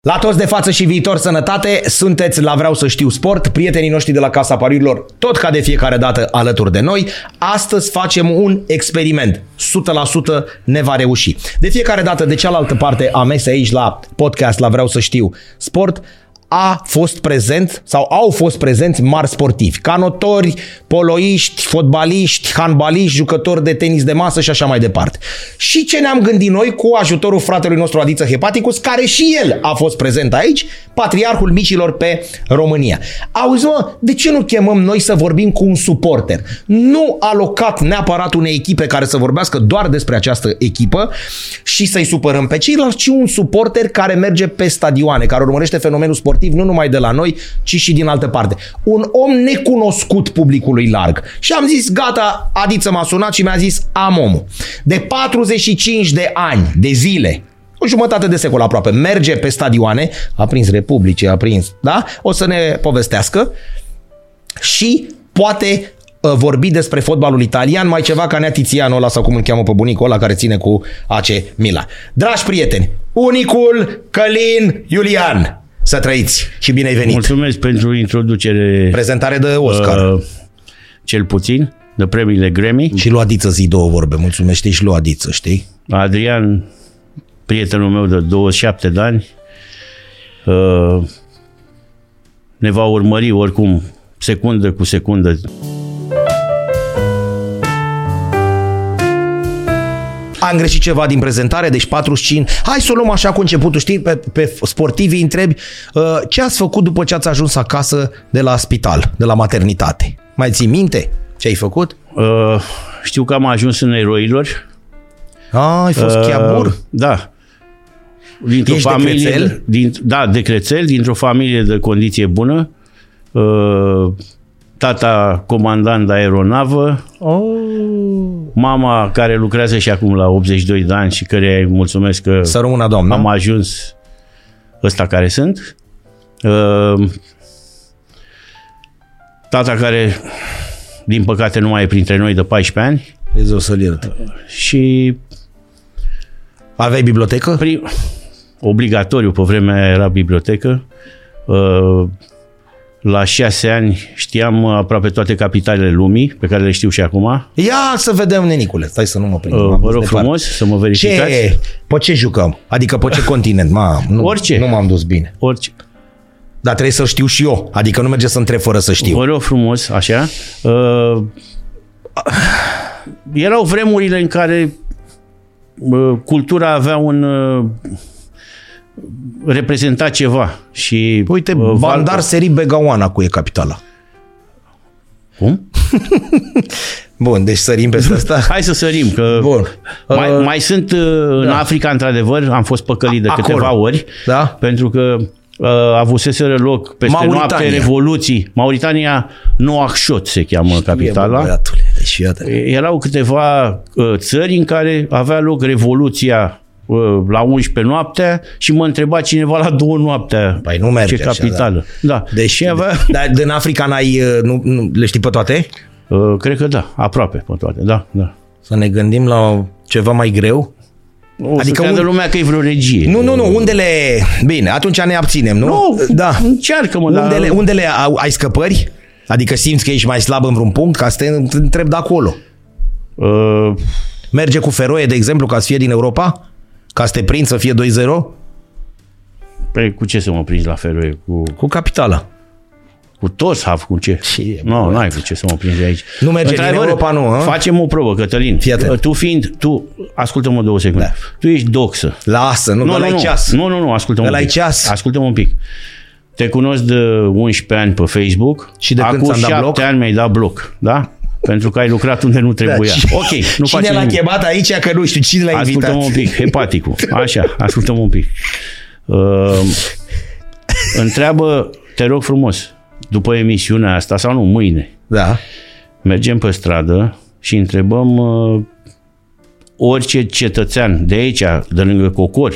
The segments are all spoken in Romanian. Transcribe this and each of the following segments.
La toți de față și viitor sănătate, sunteți la Vreau să știu sport, prietenii noștri de la Casa Pariurilor, tot ca de fiecare dată alături de noi. Astăzi facem un experiment, 100% ne va reuși. De fiecare dată, de cealaltă parte a mesei aici la podcast, la Vreau să știu sport, a fost prezent sau au fost prezenți mari sportivi, canotori, poloiști, fotbaliști, handbaliști, jucători de tenis de masă și așa mai departe. Și ce ne-am gândit noi cu ajutorul fratelui nostru Adiță Hepaticus, care și el a fost prezent aici, patriarhul micilor pe România. Auzi mă, de ce nu chemăm noi să vorbim cu un suporter? Nu alocat neapărat unei echipe care să vorbească doar despre această echipă și să-i supărăm pe ceilalți, ci un suporter care merge pe stadioane, care urmărește fenomenul sportiv nu numai de la noi, ci și din altă parte. Un om necunoscut publicului larg. Și am zis, gata, Adiță m-a sunat și mi-a zis, am omul. De 45 de ani, de zile, o jumătate de secol aproape, merge pe stadioane, a prins Republice, a prins, da? O să ne povestească și poate uh, vorbi despre fotbalul italian, mai ceva ca Nea Tiziano ăla sau cum îl cheamă pe bunicul ăla care ține cu AC Milan. Dragi prieteni, unicul Călin Iulian, să trăiți și bine ai venit. Mulțumesc pentru introducere, Prezentare de Oscar. uh, cel puțin, de premiile Grammy. Și lui Adiță zi două vorbe, mulțumesc, știi, și lui Adiță, știi? Adrian, prietenul meu de 27 de ani, uh, ne va urmări oricum, secundă cu secundă. Am greșit ceva din prezentare, deci 45. Hai să o luăm așa cu începutul, știi, pe, pe sportivii întrebi uh, ce ați făcut după ce ați ajuns acasă de la spital, de la maternitate. Mai ții minte ce ai făcut? Uh, știu că am ajuns în eroilor. A, ai fost uh, chiabur? Da. Dintr-o Ești de Crețel? Din, da, de Crețel, dintr-o familie de condiție bună. Uh, tata comandant de aeronavă, Oh. mama care lucrează și acum la 82 de ani și care îi mulțumesc că Să rămână doamna. am ajuns ăsta care sunt. Uh, Tata care, din păcate, nu mai e printre noi de 14 ani Dumnezeu să-l ierte. și Aveai bibliotecă? prim, obligatoriu, pe vremea aia era bibliotecă. Uh, La șase ani știam aproape toate capitalele lumii, pe care le știu și acum. Uh, Ia să vedem, nenicule. Stai să nu mă prind. m-am Vă dus rog departe. frumos să mă verificați. Ce? Pe ce jucăm? Adică pe ce continent? Ma, nu, Orice. Nu m-am dus bine. Orice. Dar trebuie să știu și eu. Adică nu merge să întreb fără să știu. Vă rog frumos, așa. Uh, erau vremurile în care uh, cultura avea un... Uh, reprezenta ceva și... Uite, uh, Bandar Seri Begaoana cu e capitala. Cum? Bun, deci sărim peste asta. Hai să sărim, că Bun. mai, Uh, da. mai sunt uh, în Africa, într-adevăr, am fost păcălit de Acolo. câteva ori, Da? pentru că uh, avuseseră loc peste Mauritania. noapte revoluții. Mauritania, Nouakchott se cheamă capitala. Bă, băiatule, deci iată. erau câteva uh, țări în care avea loc revoluția uh, la 11 noaptea și mă întreba cineva la 2 noaptea Păi nu merge ce așa, capitală. Așa, da. da. Deci, și avea, dar din Africa n-ai, uh, nu, nu, le știi pe toate? uh, cred că da, aproape pe toate, da, da. Să ne gândim la ceva mai greu? O adică Adică să creadă un- lumea că e vreo regie. Nu, nu, nu, undele... Bine, atunci ne abținem, nu? nu da. încearcă-mă, dar Undele, undele au, ai scăpări? Adică simți că ești mai slab în vreun punct? Ca să te întreb de acolo. uh, Merge cu Feroe, de exemplu, ca să fie din Europa? Ca să te prind să fie 2-0? păi, cu ce să mă prinzi la feroe? Cu, Cu capitala. cu toți haf, cu ce? Și- nu, n-ai cu ce să mă prinzi aici. Nu merge din Într-adevăr, Europa, nu, a? Facem o probă, Cătălin. Uh, Fii atent. Tu fiind, tu, ascultă-mă două secunde. Da. Tu ești doxă. Lasă, nu, nu, nu, nu, ceas. nu, nu, nu ascultă-mă un Ăla-i pic. ceas. Ascultă-mă un pic. Te cunosc de 11 ani pe Facebook. Și de când Acum ți-am dat șapte bloc? ani mi-ai dat bloc, da? Pentru că ai lucrat unde nu trebuia. Da, și- ok, nu cine facem l-a nimic. chemat aici, că nu știu cine l-a invitat. Ascultăm un pic, hepaticul. Așa, ascultăm un pic. Uh, întreabă, te rog frumos, după emisiunea asta sau nu, mâine, Da. mergem pe stradă și întrebăm uh, orice cetățean de aici, de lângă Cocor,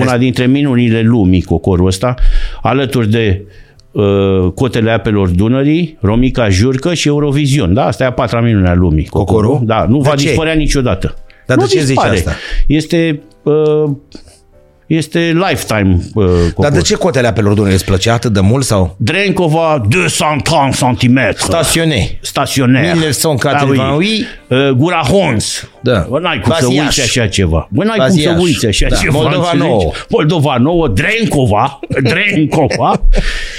una dintre minunile lumii, Cocorul ăsta, alături de uh, Cotele Apelor Dunării, Romica Jurcă și Eurovision. Da, asta e a patra minune a lumii. Cocorul? Da, nu De va ce? dispărea niciodată. Dar nu de ce zici dispare. asta? Este uh, este lifetime uh, cocor. Dar de ce cotele apelor Dunăre îți plăcea atât de mult sau? Drenkova 230 cm. Stațione. Staționar. 1988. Da, ui. Uh, Gura Hons. Da. Bă, n-ai cum să Vasiaș. uiți așa ceva. Bă, n-ai cum Vasiaș. să uiți așa Da. ceva. Moldova înțelegi? nouă. Moldova nouă, Drenkova. Drenkova.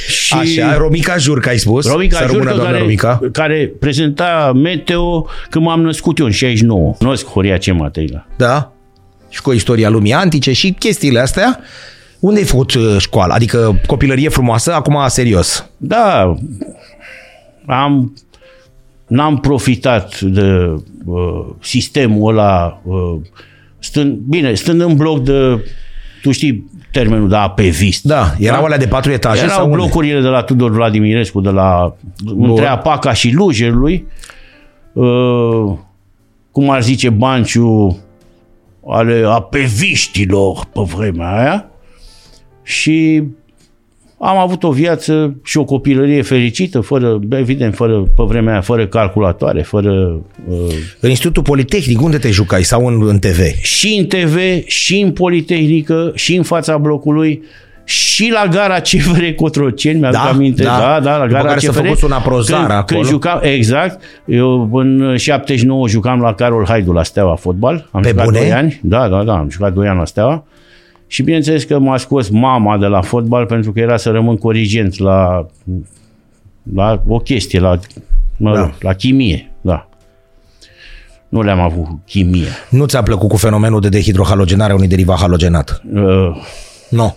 și Așa, Romica Jurca ai spus. Romica să rămână Jurcă, doamna care, Romica. care prezenta Meteo când m-am născut eu în 69. Cunosc Horia C. Mateiga. Da. Și cu istoria lumii antice și chestiile astea. Unde ai făcut uh, școală? Adică copilărie frumoasă, acum serios. Da, am, n-am profitat de uh, sistemul ăla, uh, stând, bine, stând în bloc de, tu știi termenul de apevist. Da, erau alea de patru etaje Erau sau unde? blocurile de la Tudor Vladimirescu, de la între Apaca și Lujerului, uh, cum ar zice Banciu, ale apeviștilor pe vremea aia și am avut o viață și o copilărie fericită, fără, evident, fără, pe vremea aia, fără calculatoare, fără... Uh, În Institutul Politehnic, unde te jucai? Sau în, în TV? și în TV, și în Politehnică, și în fața blocului, și la gara CFR Cotroceni, mi-aduc Da, aminte, da. da, da, la După gara care CFR. s-a făcut un aprozar când, acolo. Când jucam, exact, eu în 79 jucam la Carol Haidu la Steaua Fotbal. Am Pe jucat bune? 2 ani, da, da, da, am jucat 2 ani la Steaua. Și bineînțeles că m-a scos mama de la fotbal pentru că era să rămân corigent la, la o chestie, la, mă Da. rog, la chimie, da. Nu le-am avut chimie. Nu ți-a plăcut cu fenomenul de dehidrohalogenare a unui derivat halogenat? Uh, Nu.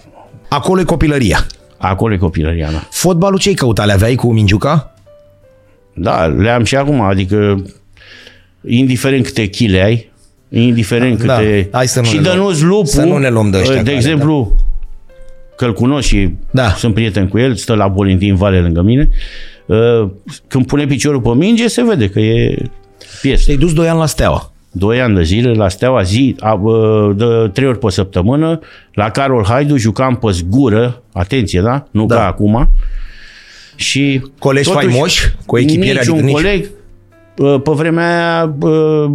Acolo e copilăria. Acolo e copilăria mea. Fotbalul ce-ai căutat? Le aveai cu Mingiuca? Da, le-am și acum, adică indiferent câte chile ai, indiferent Da, câte... hai să nu și ne luăm- Dănuț Lupu, să nu ne luăm de ăștia de care, exemplu, că-l cunosc și Da. sunt prieten cu el, stă la Bolintin Vale lângă mine, uh, când pune piciorul pe minge, se vede că e piesă. Te-ai dus 2 ani la Steaua. Doi ani de zile la Steaua zi, a, bă, de trei ori pe săptămână, la Carol Haidu jucam pe zgură, atenție, da? Nu Da. da. ca acum. Și Colegi totuși, faimoși? Cu echipiere? Niciun Adică nici- coleg, bă, pe vremea aia, bă,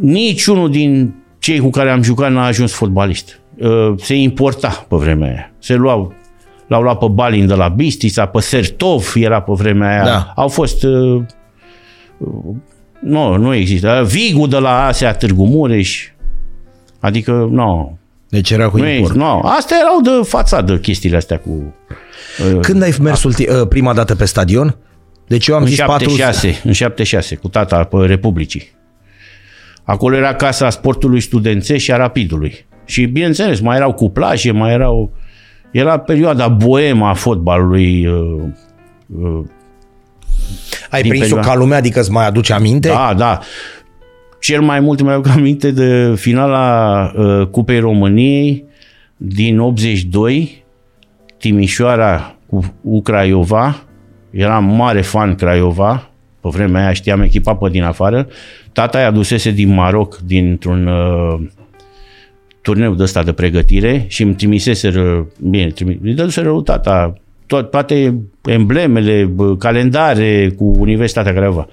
niciunul din cei cu care am jucat n-a ajuns fotbalist. Uh, Se importa pe vremea aia. Se luau, l-au luat pe Balin de la Bistița, pe Sertov era pe vremea aia. Da. Au fost... uh, uh, Nu, nu există. Uh, Vigu de la Asea Târgu Mureș. Adică, nu, Deci era cu nu, import. există, nu. Astea erau de fațadă chestiile astea cu... Când ai mers ulti- uh, prima dată pe stadion? Deci eu am în zis 4... 76, în 76, cu tata pe Republicii. Acolo era casa sportului studențesc și a rapidului. Și bineînțeles, mai erau cuplaje, mai erau... Era perioada boema a fotbalului. uh, Ai din prins-o perioada- ca lumea, adică îți mai aduce aminte? Da, da. Cel mai mult mi-aduc aminte de finala uh, Cupei României din 82, Timișoara cu U Craiova. Eram mare fan Craiova, pe vremea aia știam echipa pe din afară. Tata i-a dusese din Maroc, dintr-un uh, turneu de ăsta de pregătire și îmi trimiseseră, bine, trimi, îi dăduseră lui tata tot, toate emblemele, bă, calendare cu Universitatea Craiova.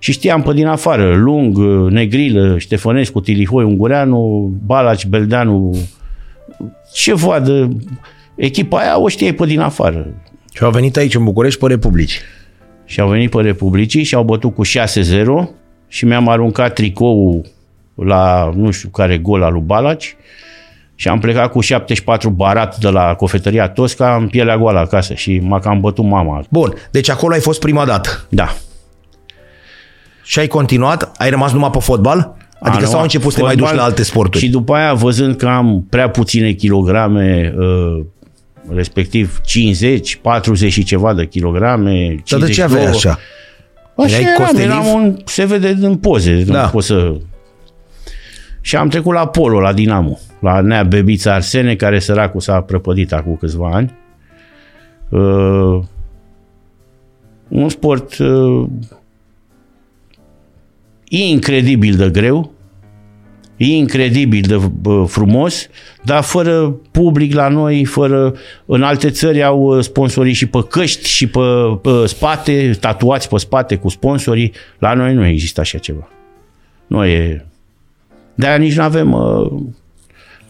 Și știam pe din afară, Lung, Negrilă, Ștefănescu, Tilihoi, Ungureanu, Balaci, Beldeanu, ce vadă, echipa aia o știai pe din afară. Și au venit aici în București pe Republici. Și au venit pe Republicii și au bătut cu 6-0 și mi-am aruncat tricoul la nu știu care gol al lui Balaci și am plecat cu 74 barat de la cofetăria Tosca în pielea goală acasă și m-a cam bătut mama. Bun, deci acolo ai fost prima dată. Da. Și ai continuat? Ai rămas numai pe fotbal? Adică Anum, sau ai început să te mai duci fotbal la alte sporturi? Și după aia, văzând că am prea puține kilograme, uh, respectiv 50, 40 și ceva de kilograme, Dar de ce aveai 52, așa? Așa Erai eram, costeliv? eram un, se vede din poze, Da. da. nu pot să... Și am trecut la Polo, la Dinamo, la Nea Bebița Arsene, care săracul s-a prăpădit acum câțiva ani. Uh, un sport uh, incredibil de greu, incredibil de bă, frumos, dar fără public la noi, fără... În alte țări au uh, sponsorii și pe căști și pe, pe spate, tatuați pe spate cu sponsorii. La noi nu există așa ceva. Nu e... De-aia nici nu avem uh,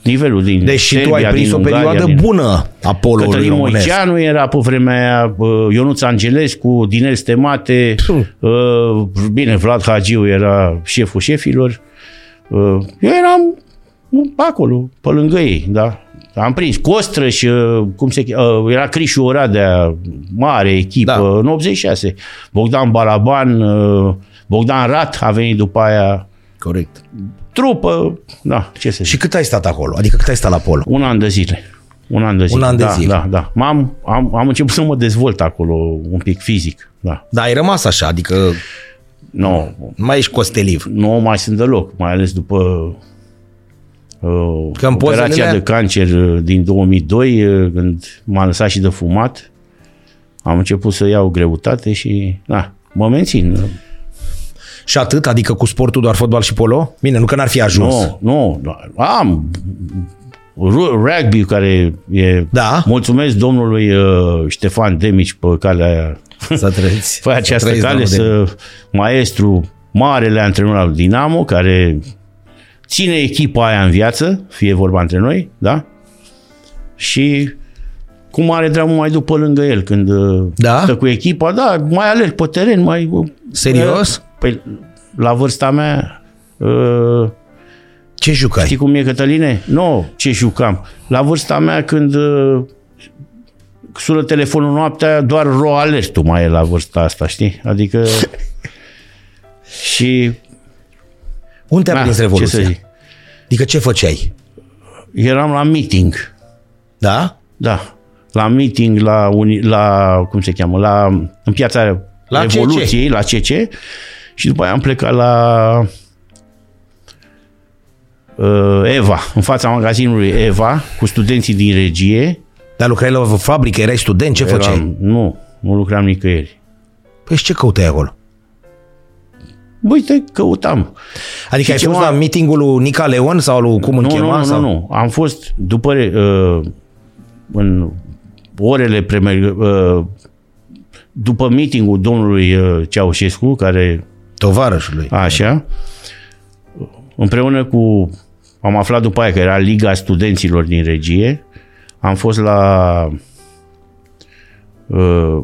nivelul din Deci și tu Serbia, ai prins din o Ungaria, perioadă din... bună a polului Cătălin românesc. Moiceanu era pe vremea aia, bă, Ionuț Angelescu, Dinel Stemate, uh, bine, Vlad Hagiu era șeful șefilor. Uh, Eu eram acolo, pe lângă ei, da. Am prins Costră și uh, cum se che- uh, era Crișu Oradea, mare echipă, Da. da. în 86. Bogdan Balaban, uh, Bogdan Rat a venit după aia, Corect. trupă, da, ce să zic. Și cât ai stat acolo? Adică cât ai stat la polo? Un an de zile. Un an de zile. an de da, zile. Da, da. M-am, am, am început să mă dezvolt acolo un pic fizic. Da. Dar ai rămas așa, adică Nu, nu mai ești costeliv. nu mai sunt deloc, mai ales după uh, Că în pozele operația alea- de cancer uh, din 2002, uh, când m-am lăsat și de fumat, am început să iau greutate și da, mă mențin. Și atât? Adică cu sportul doar fotbal și polo? Bine, nu că n-ar fi ajuns. Nu, nu, nu. am ru- rugby care e... Da. Mulțumesc domnului uh, Ștefan Demici pe calea aia Să trăiți. Păi această trăiți, cale domnul Demici. să maestru, marele antrenor al Dinamo, care ține echipa aia în viață, fie vorba între noi, da? Și cu mare dramă mai după lângă el când uh, Da? stă cu echipa, da, mai alerg pe teren, mai... uh, Serios? Păi, la vârsta mea, uh, Ce jucai? Știi cum e, Cătăline? Nu, no, ce jucam. La vârsta mea, când uh, sună telefonul noaptea, doar ro alert mai e la vârsta asta, știi? Adică... și... Unde te-a na, prins Da, ce să Revoluția? zic? adică ce făceai? Eram la meeting. Da? Da. La meeting, la, uni, la cum se cheamă, la, în piața La la CC. Revoluției, la CC. Și după aia am plecat la uh, Eva, în fața magazinului Eva, cu studenții din regie. Dar lucrai la o fabrică, erai student, ce făceai? Eram, nu, nu lucram nicăieri. Păi și ce căutai acolo? Uite, căutam. Adică ai ce fost la m-am- meetingul lui Nica Leon sau lui cum îl nu, chema? nu, sau? nu, nu. Am fost după uh, în orele premer, uh, după meetingul domnului uh, Ceaușescu, care Tovarășului. Așa. Împreună cu... Am aflat după aia că era Liga Studenților din regie. Am fost la uh,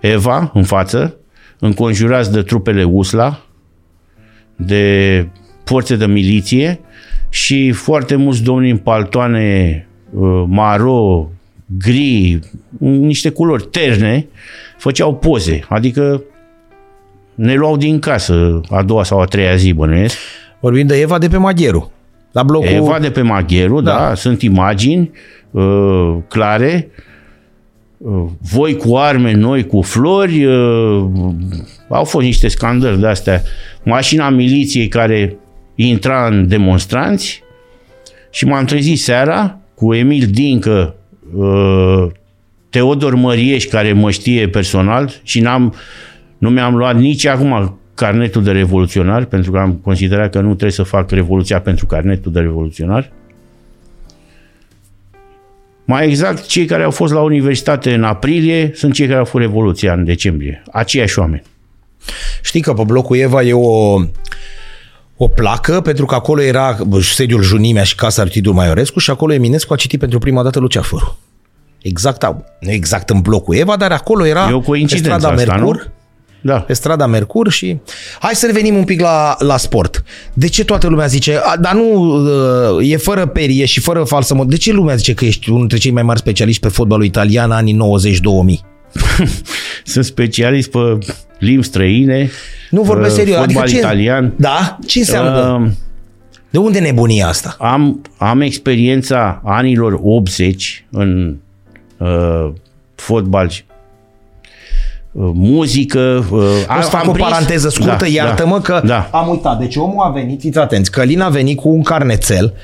Eva, în față, înconjurați de trupele USLA, de forțe de miliție și foarte mulți domni în paltoane uh, maro, gri, niște culori terne, făceau poze. Adică ne luau din casă a doua sau a treia zi, bănuiesc. Vorbim de Eva de pe Magheru. La blocul... Eva de pe Magheru, da, da sunt imagini uh, clare. Uh, voi cu arme, noi cu flori. Uh, au fost niște scandări de astea. Mașina miliției care intra în demonstranți și m-am trezit seara cu Emil Dincă, uh, Teodor Mărieș, care mă știe personal și n-am, nu mi-am luat nici acum carnetul de revoluționar, pentru că am considerat că nu trebuie să fac revoluția pentru carnetul de revoluționar. Mai exact, cei care au fost la universitate în aprilie sunt cei care au fost revoluția în decembrie. Aceiași oameni. Știi că pe blocul Eva e o, o placă, pentru că acolo era sediul Junimea și Casa Artidul Maiorescu și acolo Eminescu a citit pentru prima dată Luceafărul. Exact, au- nu exact în blocul Eva, dar acolo era E o coincidență pe strada asta, Ah, Mercur, nu? Da. pe strada Mercur și... Hai să revenim un pic la, la sport. De ce toată lumea zice, a, dar nu, uh, e fără perie și fără falsă mod. De ce lumea zice că ești unul dintre cei mai mari specialiști pe fotbalul italian anii 90-2000? Sunt specialist pe limbi străine. Nu vorbesc uh, serios. Fotbal adică ce, italian. Da? Ce înseamnă? Uh, De unde nebunia asta? am, am experiența anilor 80 în uh, fotbal, și, uh, muzică. Uh, O să fac o paranteză scurtă, da, iartă-mă că Da, am uitat. Deci omul a venit, fiți atenți, Călin a venit cu un carnețel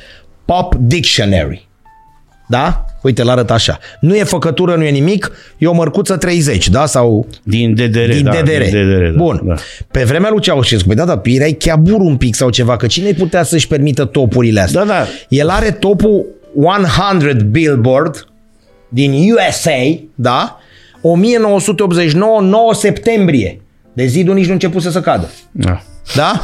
Pop Dictionary. Da? Uite, l-arăt așa. Nu e făcătură, nu e nimic, e o mărcuță 30, da? Sau din DDR. din da, DDR. Din DDR da, Bun. Da. Pe vremea lui Ceaușescu, păi da, da, tu erai chiar bur un pic sau ceva, că cine putea să-și permită topurile astea? Da, da. El are topul 100 Billboard din USA, da? 1989, 9 septembrie. De zidul nici nu începuse să cadă. Da. Da?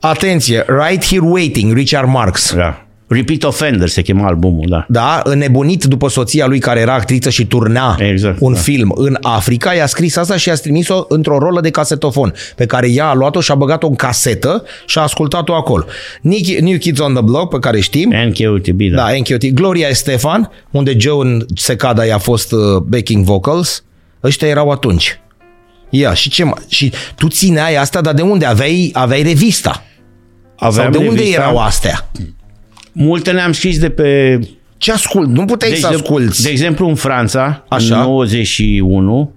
Atenție, Right Here Waiting, Richard Marx. da. Repeat Offender se chema albumul, da. da, înnebunit după soția lui care era actriță și turna Exact, un da. film în Africa, i-a scris asta și i-a trimis-o într-o rolă de casetofon pe care ea a luat-o și a băgat-o în casetă și a ascultat-o acolo. Nick- New Kids on the Block, pe care știm, NKUTB, da. da, NQT, Gloria Estefan, unde Joan Secada i-a fost uh, backing vocals, ăștia erau atunci. Ia, și ce mai- Și tu țineai asta, dar de unde? Aveai, aveai revista. Aveam Sau de unde revista. erau astea? Multe le-am scris de pe... Ce ascult? Nu puteai să asculti. de, de exemplu, în Franța, Așa. în 91,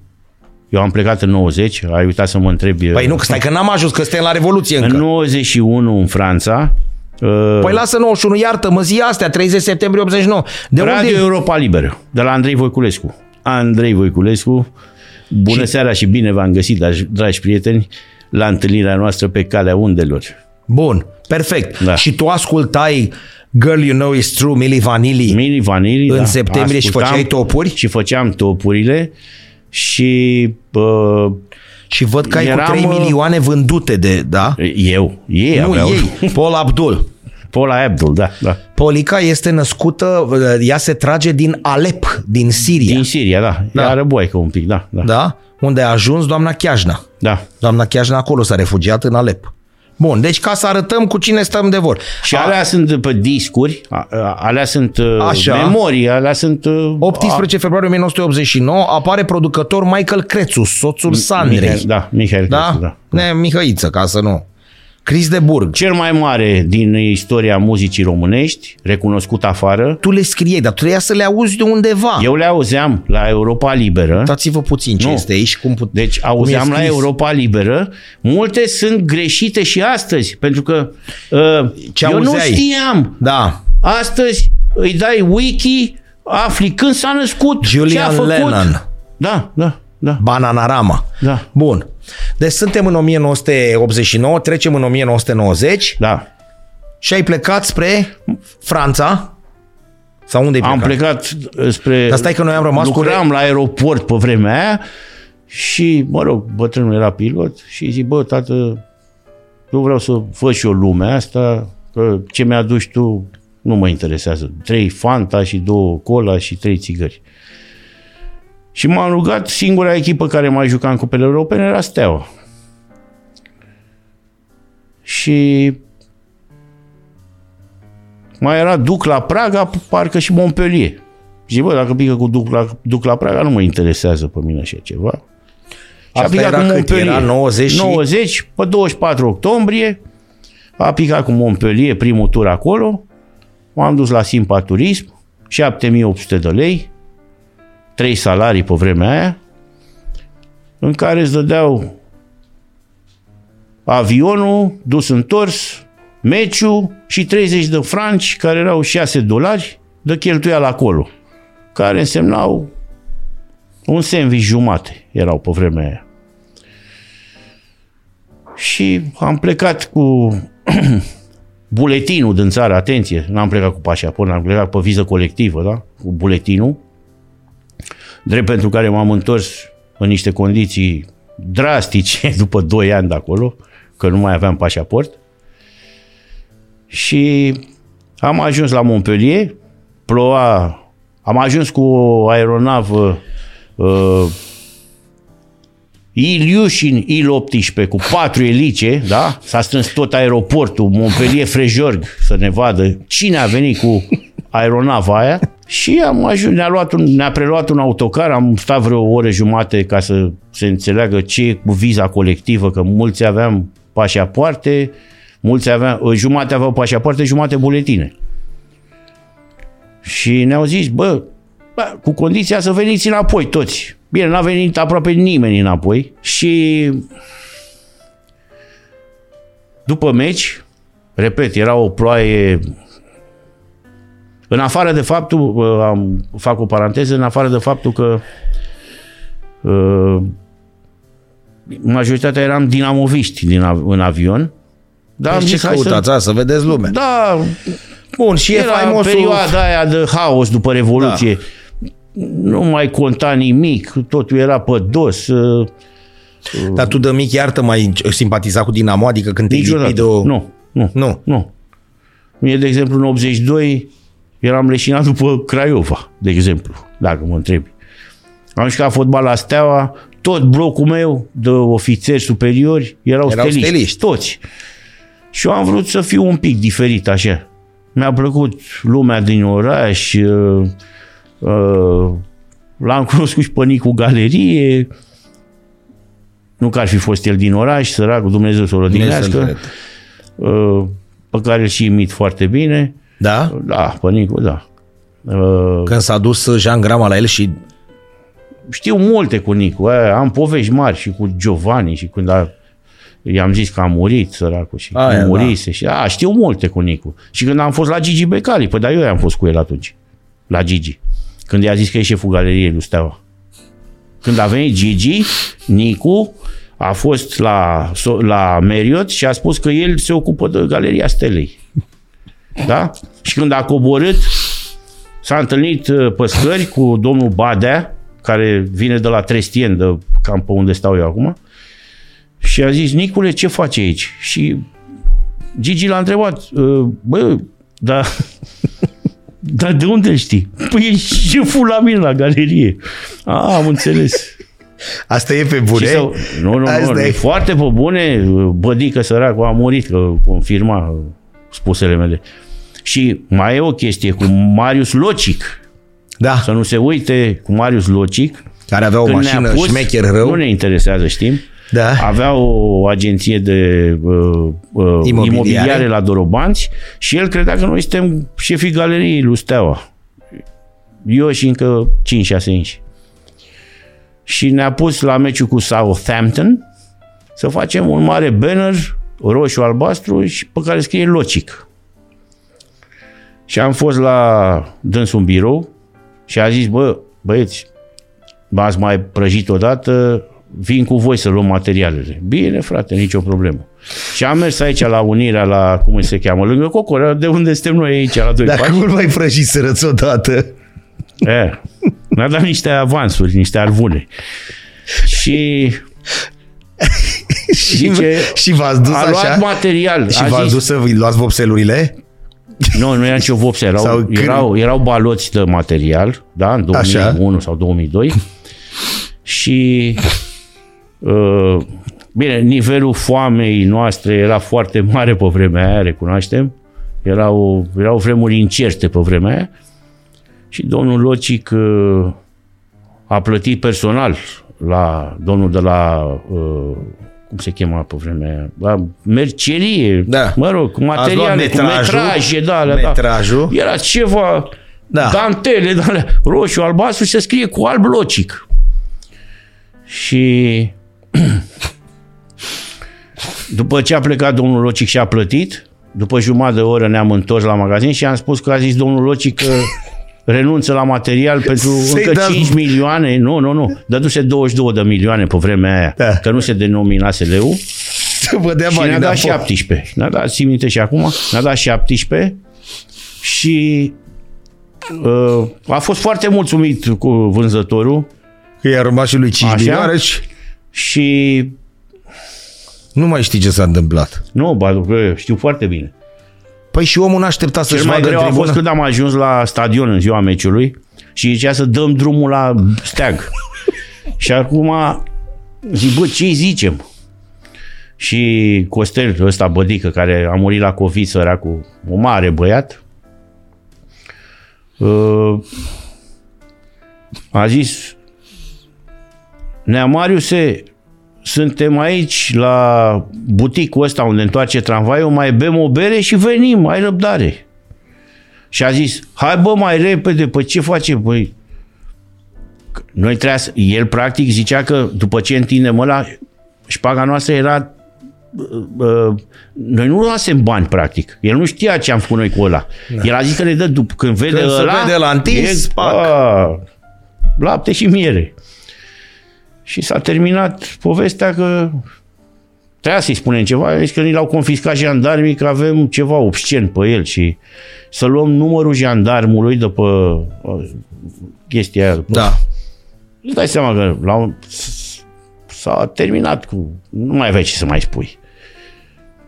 eu am plecat în 90, ai uitat să mă întrebi... Păi nu, că stai că n-am ajuns, că suntem la Revoluție încă. În 91 în Franța, uh, Păi lasă 91, iartă-mă, zi astea, 30 septembrie 89. De Radio unde? Europa Liberă, de la Andrei Voiculescu. Andrei Voiculescu, bună și... seara și bine v-am găsit, dragi, dragi prieteni, la întâlnirea noastră pe calea undelor. Bun, perfect. Da. Și tu ascultai Girl You Know Is True, Milli Vanilli. Mini Vanili, da, În septembrie și făceai topuri? Și făceam topurile și uh, și văd că ai Eram, cu 3 uh, milioane vândute de, da? eu, ei nu, aveau. ei, Paul Abdul. Paula Abdul, da, da. Polica este născută, uh, ea se trage din Alep, din Siria, Din Siria, da. da. Era răboaică un pic, da, da. da. da? Unde a ajuns doamna Chiajna. da. Doamna Chiajna acolo s-a refugiat în Alep. Bun, deci ca să arătăm cu cine stăm de vor. Și alea sunt de pe discuri, a- a- alea sunt uh, Așa. memorii, alea sunt... uh, 18 februarie 1989 apare producător Michael Crețu, soțul Sandrei. Mihail, da, Mihail Da? Crețu, da. Ne, Mihăiță, ca să nu. Cris de Burg. Cel mai mare din istoria muzicii românești, recunoscut afară, Tu le scriei, dar trebuia să le auzi de undeva. eu le auzeam la Europa Liberă, Uitați-vă puțin ce Nu. este aici, Da. cum put... deci auzeam la Europa Liberă, multe sunt greșite și astăzi, pentru că uh, Ce eu nu auzeai? știam. Da. Astăzi îi dai wiki, afli când s-a născut, ce a Julian făcut. Lennon. Da, da, da. Bananarama. Da. Bun. Deci suntem în 1989, trecem în 1990 Da. și ai plecat spre Franța? Sau unde ai Am plecat? plecat uh, spre... Dar stai că noi am rămas cu lucram la aeroport pe vremea aia și, mă rog, bătrânul era pilot și zic, bă, tată, eu vreau să văd și eu lumea asta, că ce mi-a adus tu nu mă interesează. Trei Fanta și două Cola și trei țigări. Și m-am rugat, singura echipă care mai juca în cupele europene era Steaua. Și mai era Duc la Praga, parcă și Montpellier. Și bă, dacă pică cu Duc la, Duc la Praga, nu mă interesează pe mine așa ceva. Și a Asta picat era cu cât? Montpellier. Era 90 și- 90, pe 24 octombrie, a picat cu Montpellier primul tur acolo, m-am dus la Simpa Turism, 7800 de lei, trei salarii pe vremea aia, în care îți dădeau avionul, dus întors, meciul și 30 de franci, care erau 6 dolari, de cheltuială acolo, care însemnau un sandwich jumate, erau pe vremea aia. Și am plecat cu buletinul din țară, atenție, n-am plecat cu pașaport, n-am plecat pe viză colectivă, da? Cu buletinul, drept pentru care m-am întors în niște condiții drastice după 2 ani de acolo, că nu mai aveam pașaport. Și am ajuns la Montpellier, ploua, am ajuns cu o aeronavă uh, Iliușin Il-18 cu patru elice, da? S-a strâns tot aeroportul, Montpellier Frejorg, să ne vadă cine a venit cu aeronava aia. Și am ajuns, ne-a, luat un, ne-a preluat un autocar, am stat vreo oră jumate ca să se înțeleagă ce e cu viza colectivă, că mulți aveam pașapoarte, mulți aveam, jumate aveau pașapoarte, jumate buletine. Și ne-au zis, bă, bă, cu condiția să veniți înapoi toți. Bine, n-a venit aproape nimeni înapoi. Și după meci, repet, era o ploaie... În afară de faptul, bă, am, fac o paranteză, în afară de faptul că uh, majoritatea eram dinamoviști din av- în avion. Dar am Păi ce zis, hai să- căutați, să... să vedeți lumea. Da. Da, Bun, și e era faimosul... Da. perioada aia de haos după Revoluție. Nu mai conta nimic, totul era pe dos. uh, Dar tu de mic, iartă, mai simpatiza cu Dinamo, adică când te lipi Niciodată. de o... Nu, nu, Nu. nu. Mie, de exemplu, în 82 eram leșinat după Craiova, de exemplu, dacă mă întrebi. Am jucat fotbal la Steaua, tot blocul meu de ofițeri superiori erau, Erau steliști, steliști. toți. Și eu am vrut să fiu un pic diferit, așa. Mi-a plăcut lumea din oraș, uh, uh, l-am cunoscut și pe Nicu Galerie, nu că ar fi fost el din oraș, săracul Dumnezeu să o Dumnezeu rădignească, uh, pe care îl și imit foarte bine. Da? Da, pe Nicu, da. Uh, Când s-a dus Jean Grama la el și știu multe cu Nicu, aia, am povești mari și cu Giovanni și când a, i-am zis că a murit săracul și Aia, că da. murise. Da. Și, a, știu multe cu Nicu. Și când am fost la Gigi Becali, păi dar eu am fost cu el atunci, la Gigi. Când i-a zis că e șeful galeriei lui Steaua. Când a venit Gigi, Nicu a fost la, so- la Marriott și a spus că el se ocupă de Galeria Stelei. Da? Și când a coborât, s-a întâlnit uh, pe scări cu domnul Badea, care vine de la Trestien, de cam pe unde stau eu acum, și a zis, Nicule, ce faci aici? Și Gigi l-a întrebat, "Uh, bă, dar dar de unde îl știi? Păi e șeful la mine la galerie. A, am înțeles. Asta e pe Și bune? sau, nu, nu, nu, Asta nu, e. e foarte pe bune, bădică săracul a murit, că confirma spusele mele. Și mai e o chestie cu Marius Locic, Da, să nu se uite cu Marius Locic. care avea o Când ne-a mașină pus, șmecher rău. Nu ne interesează, știm. Da. Avea o agenție de uh, uh, Imobiliare. imobiliare. imobiliare la Dorobanți și el credea că noi suntem șefii galeriei lui Steaua. Eu și încă 5-6 inși. Și ne-a pus la meciul cu Southampton să facem un mare banner roșu-albastru și pe care scrie Locic. Și am fost la dânsul în birou și a zis, bă, băieți, m-ați mai prăjit odată, vin cu voi să luăm materialele. Bine, frate, nicio problemă. Și am mers aici la Unirea, la, cum îi se cheamă, lângă Cocora, de unde suntem noi aici, la doi Dacă pași. nu-l mai prăjiserăți odată. E, mi-a dat niște avansuri, niște arvune. Și Și, Zice, și v-ați dus a luat așa? material. și a v-ați zis, Da, dus să vă luați vopselurile? Nu, nu era nicio vopsă, erau, Sau sau când- erau, erau baloți de material, da, în 2001 Așa. sau 2002. Și, uh, bine, nivelul foamei noastre era foarte mare pe vremea aia, recunoaștem. Erau, erau vremuri incerte pe vremea aia. Și domnul Locic uh, a plătit personal la domnul de la, uh, cum se chema pe vremea aia, la mercerie, Da. mă rog, cu Ați luat materiale, cu metrajul, metraje, da, alea, metrajul. da. Era ceva Da. da. dantele, de alea, roșu, albastru, se scrie cu alb locic. Și după ce a plecat domnul Locic și a plătit, după jumătate de oră ne-am întors la magazin și am spus că a zis domnul Locic că renunță la material pentru Să-i încă dați- 5 milioane. Nu, nu, nu. Dăduse 22 de milioane pe vremea aia, Da. că nu se denominase leu. Să vă dea Și bani ne-a dat înapoi. 17. Ne-a dat, țin minte și acum, ne-a dat 17 și uh, a fost foarte mulțumit cu vânzătorul Că i-a rămas și lui 5 Așa? milioane și și nu mai știi ce s-a întâmplat. nu, ba, bă, știu foarte bine. Păi și omul n-a așteptat Cel să-și mai vadă greu în a fost tribună. când am ajuns la stadion în ziua meciului și zicea să dăm drumul la steag. și acum zic, bă, ce zicem? Și Costel ăsta bădică care a murit la COVID, săracul, un mare băiat, uh, a zis, Nea Mariuse, suntem aici la buticul ăsta unde întoarce tramvaiul, mai bem o bere și venim, ai răbdare. Și a zis, hai bă mai repede, păi ce face? Păi, Că noi trebuia să... El practic zicea că după ce întindem ăla, șpaga noastră era... uh, uh, Noi nu luasem bani, practic. El nu știa ce am făcut noi cu ăla. El a zis că le dă, dup- când vede Da. Când se ăla... vede ăla întins, e- pac. a, lapte și miere. Și s-a terminat povestea că trebuia să-i spunem ceva, a zis că ni l-au confiscat jandarmii, că avem ceva obscen pe el și să luăm numărul jandarmului după chestia aia. După. Da. Îți dai seama că la un... s- s- s-a terminat cu... Nu mai aveai ce să mai spui.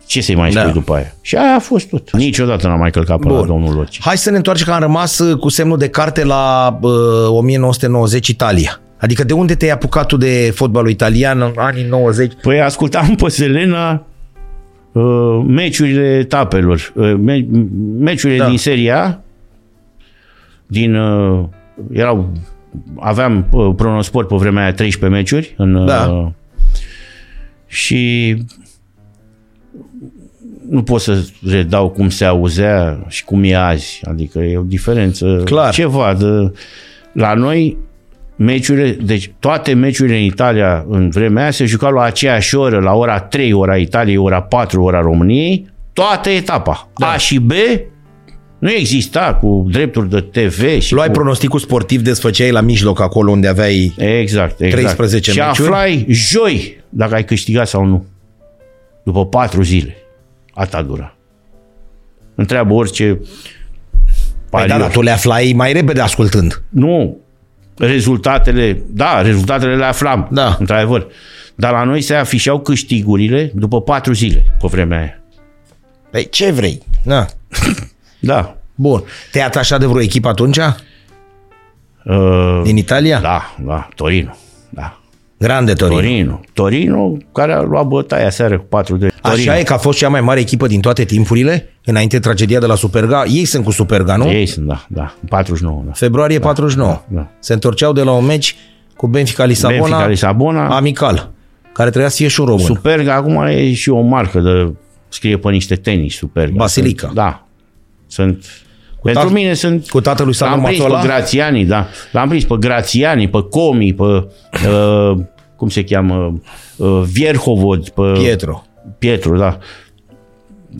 Ce să-i mai spui Da. da. după aia? Și aia a fost tot. Niciodată n-am mai călcat până la domnul Loci. Hai să ne întoarcem că am rămas uh, cu semnul de carte la uh, 1990 Italia. Adică de unde te-ai apucat tu de fotbalul italian în anii 90? Păi ascultam pe Selena uh, meciurile etapelor, uh, me- meciurile Da. da. din seria din uh, erau aveam uh, pronosport pe vremea aia 13 meciuri în uh, Da. și nu pot să redau cum se auzea și cum e azi, adică e o diferență Clar. ceva de, la noi meciurile, deci toate meciurile în Italia în vremea aia se jucau la aceeași oră, la ora 3, ora Italiei, ora 4, ora României, toată etapa. Da. A și B nu exista cu drepturi de TV și Luai cu... pronosticul sportiv, desfăceai la mijloc acolo unde aveai... Exact, exact. 13 și meciuri. aflai joi dacă ai câștigat sau nu. După patru zile. Ata dura. Întreabă orice Păi parior. da, dar tu le aflai mai repede ascultând. Nu. Rezultatele, da, rezultatele le aflam, Da. într-adevăr. Dar la noi se afișau câștigurile după patru zile, pe vremea aia. Păi ce vrei? Na. Da. Bun. Te-ai atașat de vreo echipă atunci? Uh, Din Italia? da, da, Torino. Da. Grande Torino. Torino. Torino, care a luat bătaia seară cu 4 de Așa e că a fost cea mai mare echipă din toate timpurile, înainte de tragedia de la Superga. Ei sunt cu Superga, nu? Ei sunt, da, da. în 49, da. Februarie 49. da. Se întorceau de la un meci cu Benfica Lisabona, Benfica Lisabona. amical, care trebuia să fie și un român. Sub... Superga acum e și o marcă de scrie pe niște tenis Superga. Basilica. Sunt, da. Sunt pentru tat- mine sunt Cu tatălui Sadu L-am prins Matola. pe Grațiani, da. L-am prins pe Grațiani, pe Comi, pe uh, cum se cheamă uh, Vierhovod, pe Pietro. Pietru, da.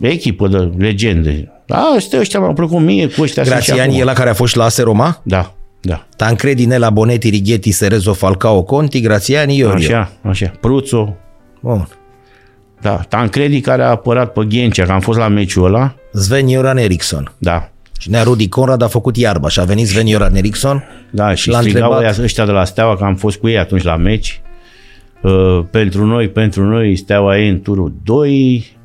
Echipă de legende. Da, ăștia, ăștia mi-au plăcut mie cu ăștia. sunt și Grațian acum. e la care a fost și la AS Roma? Da, da. Tancredi, Nela, Bonetti, Righetti, Serezo, Falcao, Conti, Grațian, Iorio. Așa, așa. Pruțo, Bun. da. Tancredi care a apărat pe Ghencea, că am fost la meciul ăla. Sven Ioran Eriksson. Da, Și nea Rudi Conrad a făcut iarba și a venit Sven Ioran Eriksson. Da, și L-a strigau întrebat- ăia- ăștia de la Steaua, că am fost cu ei atunci la meci. Uh, pentru noi, pentru noi, Steaua e în turul 2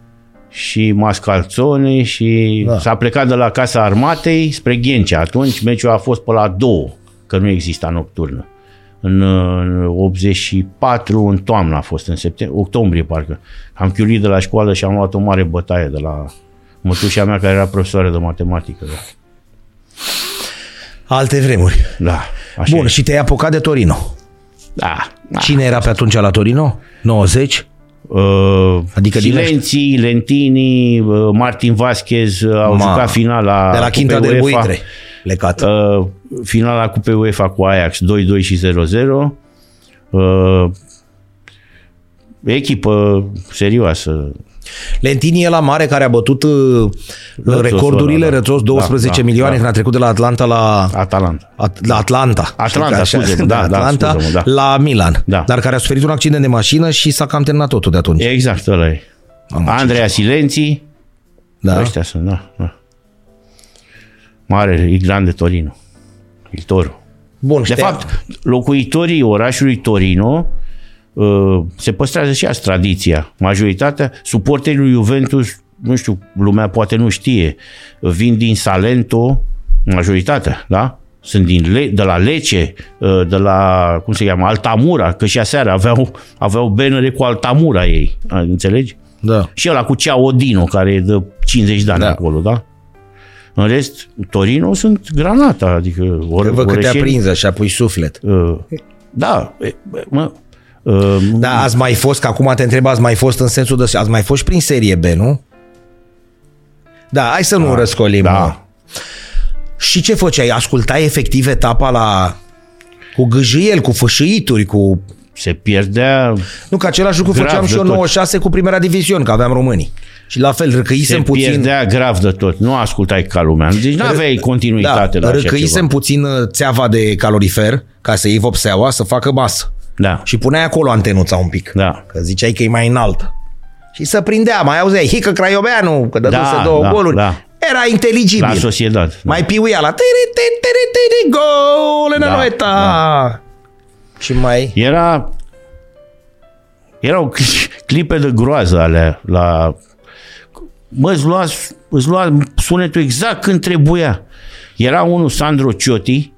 și Mascalzone și da. s-a plecat de la Casa Armatei spre Ghencea. Atunci meciul a fost pe la 2, că nu exista nocturnă. În, uh, în 84, în toamnă a fost, în septembrie, octombrie parcă. Am chiulit de la școală și am luat o mare bătaie de la mătușa mea care era profesoară de matematică. Da, Alte vremuri. da așa Bun, e. și te-ai apucat de Torino. Da, da. Cine era pe atunci la Torino? 90? Uh, Adică adică din Silenții, Lentini, uh, Martin Vasquez uh, au Ma. jucat finala De la Cupei Quinta del UEFA, Buitre. Plecat. Uh, finala Cupei UEFA cu Ajax 2-2 și 0-0. Uh, echipă serioasă. Lentini e la mare care a bătut uh, recordurile, ăla, da. Rățos Da, 12 da, milioane da. când a trecut de la Atlanta la... Atalanta. At- la Atlanta. știi că așa- scuze-mă, da, da, Atlanta scuze-mă, da. la Milan, Da. dar care a suferit un accident de mașină și s-a cam terminat totul de atunci. Exact, ăla e. Mamă, ce- Andreea Silenții. da. Ăștia sunt, da. da. Mare, e grande Torino. Il Toro. Bun, De fapt, locuitorii orașului Torino uh, se păstrează și azi tradiția. Majoritatea, suporterii lui Juventus, nu știu, lumea poate nu știe, uh, vin din Salento, majoritatea, da? Sunt din Le- de la Lece, uh, de la, cum se cheamă, Altamura, că și aseară aveau, aveau benere cu Altamura ei, a, înțelegi? da. Și ăla cu Cea Odino, care e de 50 de ani Da. da. acolo, da? În rest, Torino sunt granata, adică ore, Vă că te orășenii- aprinzi așa, pui suflet. Uh, da, e, bă, mă, uh, Da, ați mai fost, că acum te întreb, ați mai fost în sensul de... Ați mai fost și prin serie B, nu? Da, hai să nu răscolim. da. mă. Și ce făceai? Ascultai efectiv etapa la... Cu gâjâieli, cu fâșâituri, cu... se pierdea, Nu, că același lucru Grav făceam de și eu tot. 96 cu primera diviziune, că aveam românii. Și la fel, se răcăisem puțin... pierdea grav de tot. Nu ascultai ca lumea. Deci nu aveai continuitate da, la așa răcăisem ceva. puțin uh, țeava de calorifer ca să iei vopseaua să facă masă. Da, Și puneai acolo antenuța un pic. da. Că ziceai că e mai înaltă. Și să prindea, mai auzeai, hică Craioveanu, că dăduse Da, două da, goluri. da. Era La inteligibil. societate. Da. mai piuia la tiri, tiri, tiri, tiri, gol în Da, anueta. Și mai... Era erau cli- clipe de groază alea la Mă, îți lua, îți lua sunetul exact când trebuia. Era unul Sandro Ciotti,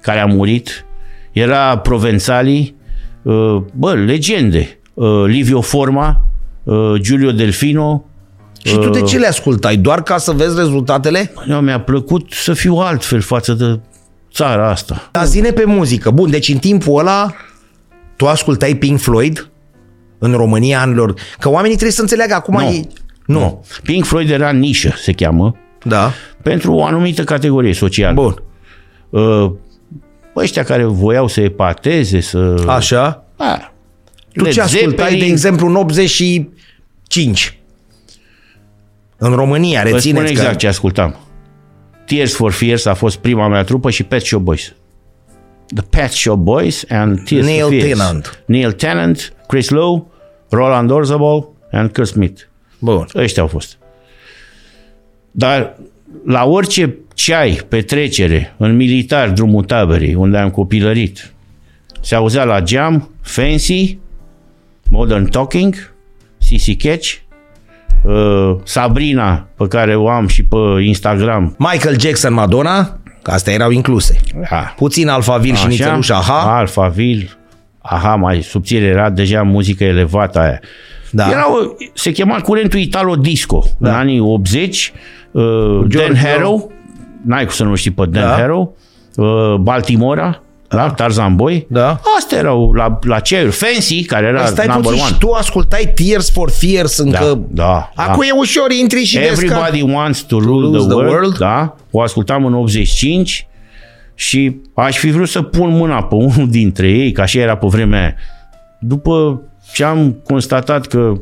care a murit, era Provențali, uh, bă, legende. Uh, Livio Forma, uh, Giulio Delfino. Și tu uh, de ce le ascultai? Doar ca să vezi rezultatele? Eu mi-a plăcut să fiu altfel față de țara asta. La zine pe muzică. Bun, deci în timpul ăla tu ascultai Pink Floyd în România anilor... Că oamenii trebuie să înțeleagă acum... Nu. ei- Nu. nu. Pink Floyd era nișă, se cheamă, Da. pentru o anumită categorie socială. Bun. Uh, ăștia care voiau să epateze, să... Așa. A, Tu ce ascultai, de exemplu, în 85? În România, Vă spun rețineți că... exact ce ascultam. Tears for Fears a fost prima mea trupă și Pet Shop Boys. The Pet Shop Boys and Tears Neil for Fears. Tennant. Neil Tennant, Chris Lowe, Roland Orzabal and Kurt Smith. Bun. Ăștia au fost. Dar la orice ceai, petrecere, în militar, drumul taberei, unde am copilărit, se auzea la geam Fancy, Modern Talking, CC Catch, uh, Sabrina, pe care o am și pe Instagram. Michael Jackson, Madonna, că astea erau incluse. Ha, Puțin Alphaville și Nițeluș, aha. Alfa, Vil, aha, mai subțire, era deja muzică elevată aia. Da. Era o, se chema curentul Italo Disco. Da. În anii 80, uh, Dan Harrow, n-ai cum să nu știi pe Dan Da. da. Harrow, uh, Baltimora, da. la Tarzan Boy. Da. Păi Astea erau la, la ceaiuri. Fancy, care era Stai number puțin one. și tu ascultai Tears for Fears încă... da, da. Acum e ușor, intri și descarci. Everybody wants to rule the, lose the world, world. Da? O ascultam în 85 și aș fi vrut să pun mâna pe unul dintre ei, că așa era pe vremea aia. După ce am constatat că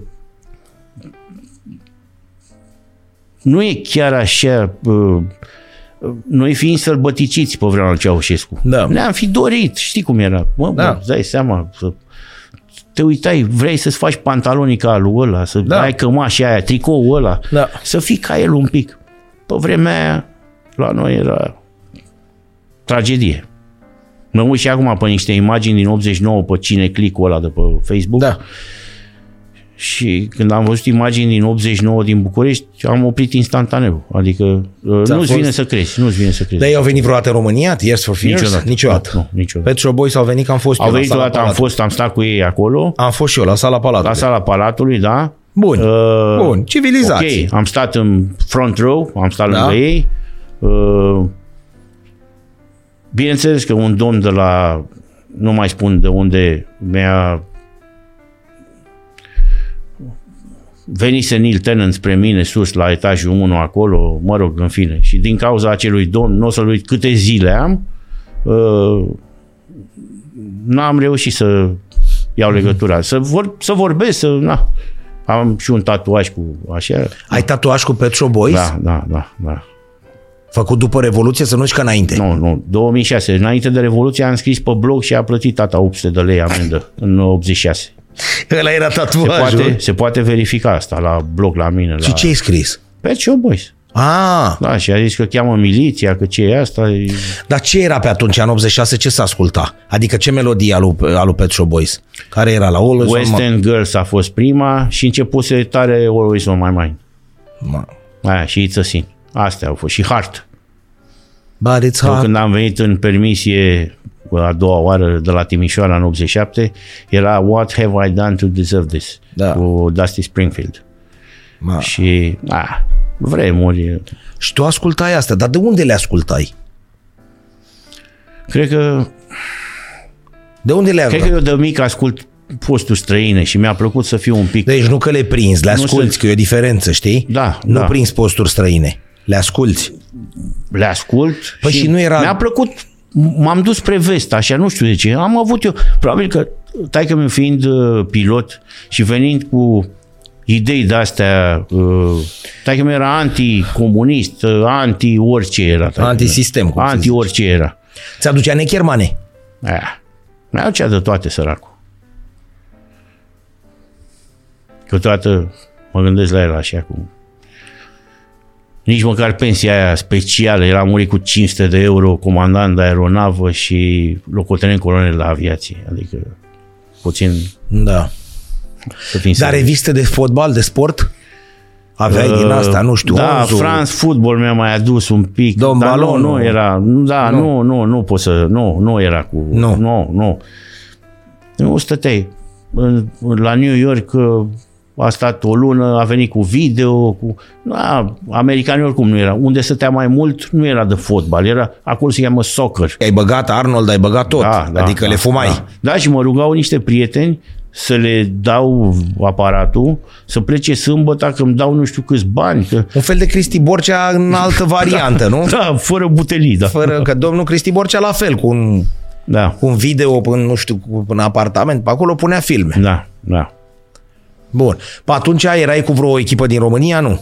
nu e chiar așa, uh, noi fiind sălbăticiți pe vremea lui Ceaușescu. Da. Ne-am fi dorit, știi cum era. Mă, Da. da. mă, îți dai seama, să te uitai, vrei să-ți faci pantalonii ca lui ăla, să Da. da. ai cămașa aia, tricoul ăla, Da. să fii ca el un pic. Pe vremea aia, la noi era tragedie. Mă uit și acum pe niște imagini din 89 pe cine clicul ăla de pe Facebook. Da. Și când am văzut imagini din 89 din București, am oprit instantaneu. Adică uh, Ți-a nu-ți fost- vine să crezi, nu-ți vine să crezi. Dar ei au venit vreodată în România, Tears for Fears? Niciodată. Niciodată. Nu, nu, niciodată. Pet Shop Boys au venit că am fost Au eu venit la sala odată, am Palatului. fost, am stat cu ei acolo, Am fost și eu la sala la Palatului. sala Palatului, da? Bun. Uh, Bun, civilizați. Ok, am stat în front row, am stat Da. da. lângă ei. Uh, Bineînțeles că un domn de la, nu mai spun de unde, mi-a venise Neil Tennant spre mine sus la etajul 1 acolo, mă rog, în fine. Și din cauza acelui domn, nu o să-l uit câte zile am, uh, n-am reușit să iau legătura. Să, vor, să vorbesc, să... Na. Am și un tatuaj cu așa. Ai tatuaj cu Pet Shop Boys? Da, da, da, da. Făcut după Revoluție, să nu știi că înainte. Nu, nu. 2006. Înainte de Revoluție am scris pe blog și a plătit tata 800 de lei amendă în 86. Ăla era Se tatuajul. poate, Da. se poate verifica asta la blog, la mine. La... Și ce ai scris? Pe ce boys. Ah, Da, și a zis că cheamă miliția, că ce e asta. E... dar ce era pe atunci, în 86, ce se asculta? Adică ce melodie a lui, a lui Pet Shop Boys? Care era la Always on My- Western Girls a fost prima și începuse tare Always on My Mind. Ma- Aia, și It's a Sin. Astea au fost. Și Heart. But it's Eu hard. când am venit în permisie a doua oară de la Timișoara în 87, era What have I done to deserve this? Da. Cu Dusty Springfield. Ma. Și, a, vremuri. Și tu ascultai asta, dar de unde le ascultai? Cred că, De unde le cred ascultai? că eu de mic ascult posturi străine și mi-a plăcut să fiu un pic... Deci nu că le prinzi, le asculti, sunt- că e o diferență, știi? Da, Nu da. prinzi posturi străine, le asculti. le ascult Păi și nu era- mi-a plăcut, m-am dus spre vest, așa, nu știu de ce, am avut eu, probabil că taică mi fiind uh, pilot și venind cu idei de-astea, uh, taică mi era anticomunist, uh, anti-orice era. taică-miu. Antisistem, cum se zice. Anti-orice era. Ți-aducea nechermane. Aia. Mi-a aducea de toate, săracul. Câteodată mă gândesc la el așa cum... Nici măcar pensia aia specială, el a murit cu 500 de euro, comandant de aeronavă și locotenent colonel la aviație. Adică puțin Da. să fim Dar serioși. reviste de fotbal, de sport? Aveai din asta, nu știu, Da, Onzu. France Football mi-a mai adus un pic. Dom dar nu, Balonul. nu era, da, nu, nu, nu, pot să, nu, nu era cu, Nu. nu, nu. Nu stăteai. În- La New York uh, a stat o lună, a venit cu video, cu... Da, americanii oricum nu era. Unde stătea mai mult nu era de fotbal, era, acolo se cheamă soccer. Ai băgat Arnold, ai băgat tot. Da, da, adică da, le fumai. Da. da, și mă rugau niște prieteni să le dau aparatul, să plece sâmbătă, că îmi dau nu știu câți bani. Că... Un fel de Cristi Borcea în altă variantă, nu? Da, fără butelii, da. Fără că domnul Cristi Borcea la fel, cu un, Da, cu un video până, nu știu, cu- până apartament, pe acolo punea filme. da, da. Bun. Pe atunci erai cu vreo echipă din România, nu?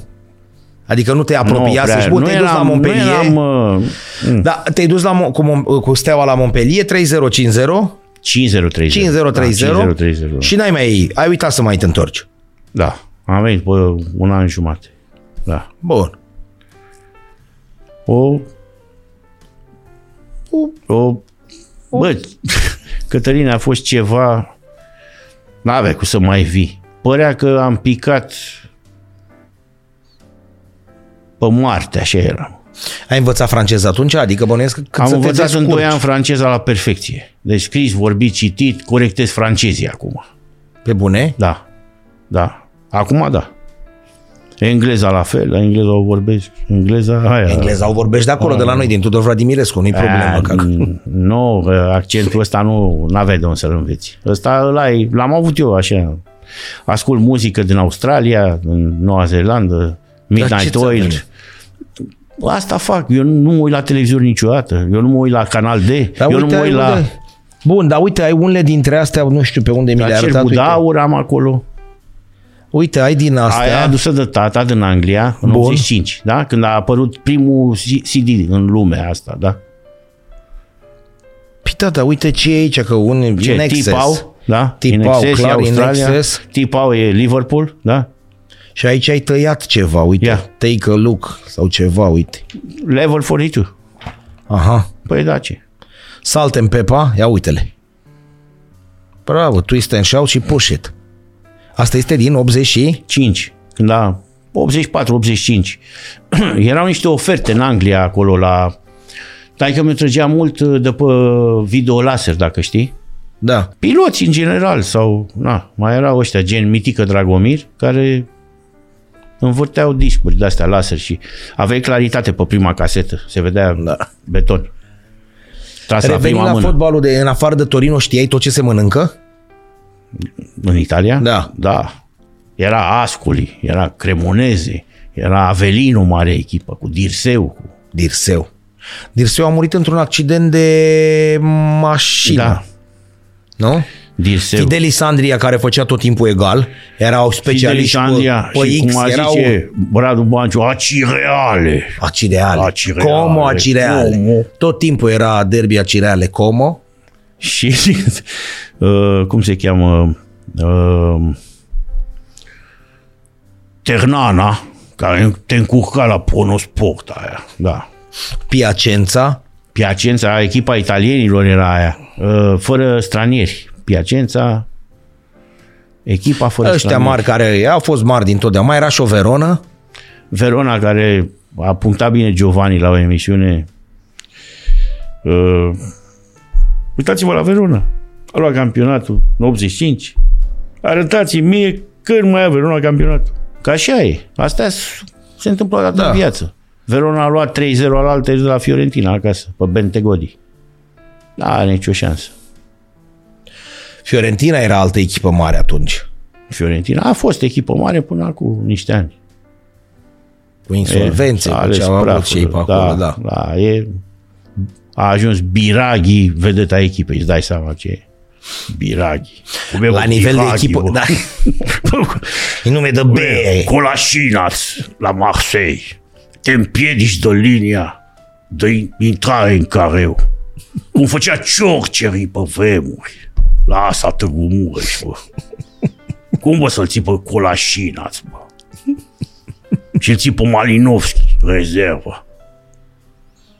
Adică nu te-ai apropiat, să prea. zici, bun, Nu te-ai dus la eram- nu Montpellier. eram, uh, Da, te-ai dus la, Mon- cu, Mon- cu steaua la Montpellier 3050 5030. 5030 Da, 5030. și n-ai mai ai uitat să mai te întorci. Da, am venit după un an jumate. Da. Bun. O... O... Bă, Cătălina a fost ceva... N-avea cum să mai vii. Părea că am picat pe moarte, așa eram. Ai învățat franceză atunci? Adică bănuiesc că cât Am să învățat te în descurci. 2 ani franceza la perfecție. Deci scris, vorbit, citit, corectez francezii acum. Pe bune? Da. Da. Acum da. Engleza la fel, la engleza o vorbesc, engleza aia. Engleza o vorbești de acolo, de la Ah. noi, din Tudor Vladimirescu, nu-i problemă. A, Că... n- mm, nu, accentul ăsta nu avea de unde să-l înveți. Ăsta îl ai, l-am avut eu așa. Ascult muzică din Australia, din Noua Zeelandă, Midnight ce ți-a Oil. plăcut? Asta fac. Eu nu mă uit la televizor niciodată. Eu nu mă uit la Canal D. Dar eu nu uite, mă uit ai la, unde- Bun, dar uite, ai unele dintre astea, nu știu pe unde mi la le-ai arătat. Cerbul Uite, Daur am acolo. uite, ai din Aia astea. adusă de tata din Anglia în Bun. 85, da? Când a apărut primul C- CD în lumea asta, da? Păi da, dar uite ce e aici, că un Ce, in excess. Tipau, da? Tipau, In Excess e clar, In Australia. Excess. Tipau e Liverpool, da? Și aici ai tăiat ceva, uite. Ia. Take a look sau ceva, uite. Level 42. Aha. Păi da, ce? Salte în Pepa, ia uite-le. Bravo, twist and shout și push it. Asta este din 80 și... 5, când a 84-85. Erau niște oferte în Anglia acolo la... Dar că mi trăgea mult uh, de pe video laser, dacă știi. Da. Piloți în general sau... Na, mai erau ăștia, gen Mitică Dragomir, care învârteau discuri de-astea laser și aveai claritate pe prima casetă. Se vedea Da. da. beton. Tras la Revenind prima la mână. fotbalul de în afară de Torino, știai tot ce se mănâncă? În Italia? Da. Da. Era Ascoli, era Cremoneze, era Avelino, mare echipă, cu Dirseu. Cu... Dirseu. Dirseu a murit într-un accident de mașină, Da, nu? Dirseu. Fidelis Sandria, care făcea tot timpul egal, erau specialiști Andria pe, pe și X, cum a erau zice Radu Banciu, acireale. acireale. Acireale. Como acireale. Como. Tot timpul era derby acireale Como. Și uh, cum se cheamă uh, Ternana, care te încurca la Ponosport aia. Da. Piacenza. Piacenza, echipa italienilor era aia, uh, fără stranieri. Piacenza, echipa fără Ăștia stranieri. mari care au fost mari dintotdeauna. Mai era și o Verona. Verona, care a punctat bine Giovanni la o emisiune. Uh, uitați-vă la Verona. A luat campionatul în 85. Arătați-mi mie când mai a Verona campionatul. Ca așa e. Asta se întâmplă odată Da. da. în viață. Verona a luat 3-0 al altei de la Fiorentina acasă, pe Bentegodi. Da, are nicio șansă. Fiorentina era altă echipă mare atunci. Fiorentina a fost echipă mare până acum niște ani. Cu insolvențe, E, s-a cu ales ce deci au avut praful, cei pe acolo, da. da. da e, a ajuns Biraghi, vedeta echipei, îți dai seama ce e. Biraghi. Cum e, La bă, nivel de Biraghi, echipă, bă. da. În nume de B. Colașinaț la Marseille. Te împiedici de linia de intrare în careu. Cum făcea ciorcerii pe vremuri. La asta Târgu Mureș, bă. Cum bă să-l ții pe Colașinaț, bă? Și îl ții pe Malinovski, rezervă.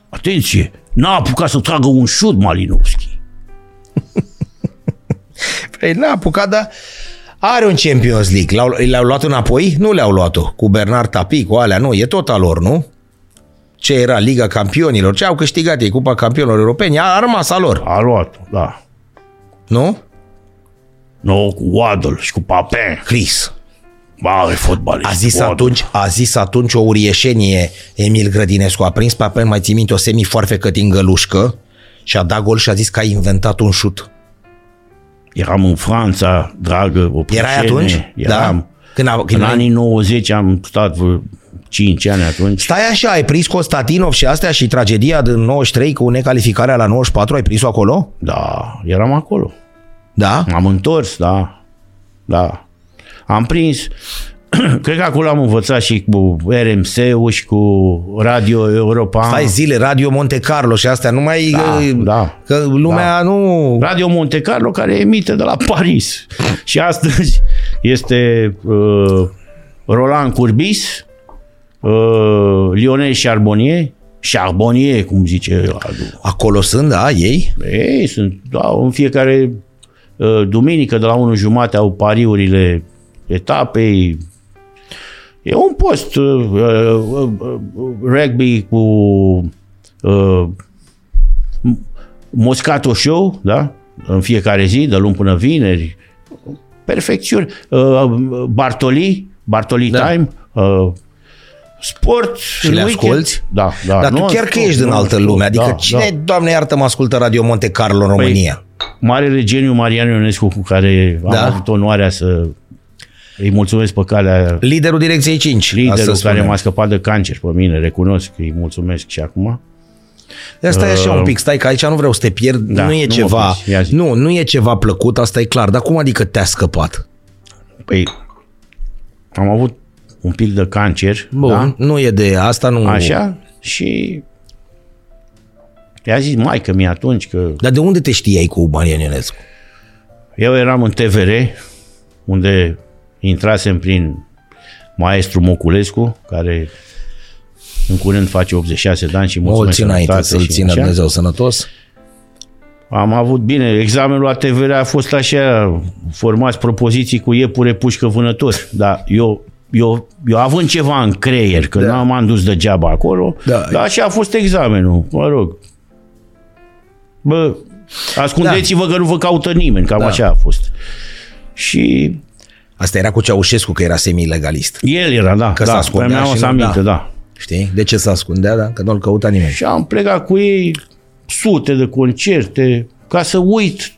Atenție, n-a apucat să tragă un șut Malinovski. Păi n-a apucat, dar Are un Champions League. L-au, le-au luat înapoi? Nu le-au luat-o. Cu Bernard Tapie, cu alea, nu. E tot al lor, nu? Ce era Liga Campionilor, ce au câștigat ei, Cupa Campionilor Europeni, a, a rămas a lor, A luat da. nu? Nu, cu Waddle și cu Papin. Chris. Ba, e fotbalist. A zis, Waddle. atunci, a zis atunci o urieșenie Emil Grădinescu. A prins pe mai ții minte, o semifoarfecă din gălușcă și a dat gol și a zis că a inventat un șut. Eram în Franța, dragă, o Erai plăcere. atunci? Eram. Da? Când, a, În când anii 90 am stat vreo 5 ani atunci. Stai așa, ai prins Constantinov și astea și tragedia din 93 cu necalificarea la 94, ai prins-o acolo? Da, eram acolo. Da? M-am întors, da. Da. Am prins. Cred că acolo am învățat și cu RMC-ul și cu Radio Europa. Stai zile, Radio Monte Carlo și astea, numai Da, da, da. că lumea da. nu... Radio Monte Carlo care emite de la Paris. și astăzi este uh, Roland Curbis, uh, Lionel Charbonnier, Charbonnier, cum zice Radu. Acolo sunt, da, ei? Ei, sunt, da, în fiecare uh, duminică de la 1 jumate au pariurile etapei. E un post uh, uh, uh, uh, rugby cu uh, M- Moscato Show, da? În fiecare zi, de luni până vineri. Perfecțiuni. Uh, Bartoli, Bartoli Da. Time, uh, sport. Și le asculți? Da, da. Dar tu non-stop, chiar că ești din altă non-stop, lume, adică da, Păi, cine, doamne iartă, mă ascultă Radio Monte Carlo în România? marele geniu Marian Ionescu cu care am Da. avut onoarea să îi mulțumesc pe calea Liderul Direcției 5, liderul asta care care m-a scăpat de cancer pe mine, recunosc că îi mulțumesc și acum. Stai așa un pic, stai că aici nu vreau să te pierd, Uh. Da, nu e nu mă ceva, opriți, ia zi. nu, nu e ceva plăcut, asta e clar, dar cum adică te-a scăpat? Păi, am avut un pic de cancer, Bun, da? nu e de asta, nu... așa, și i-a zis maică mi atunci că Dar de unde te știai cu Marian Ionescu? Eu eram în TVR, unde intrasem prin maestru Moculescu, care în curând face 86 de ani și O mulțumesc țin înainte sănătate să-l și țină așa. Dumnezeu sănătos. Am avut bine, examenul la TVR a fost așa, formați propoziții cu iepure, pușcă, vânător, dar eu eu, eu având ceva în creier, că da. n-am am dus degeaba acolo, Da. dar așa a fost examenul, mă rog. Bă, ascundeți-vă da. că nu vă caută nimeni, cam da. așa a fost. Și Asta era cu Ceaușescu că era semi-legalist. El era, da. Că da, se ascundea mi-am și adus nu- aminte, da. da. da. Știi? De ce se ascundea, da? Că nu-l căuta nimeni. Și am plecat cu ei sute de concerte ca să uit.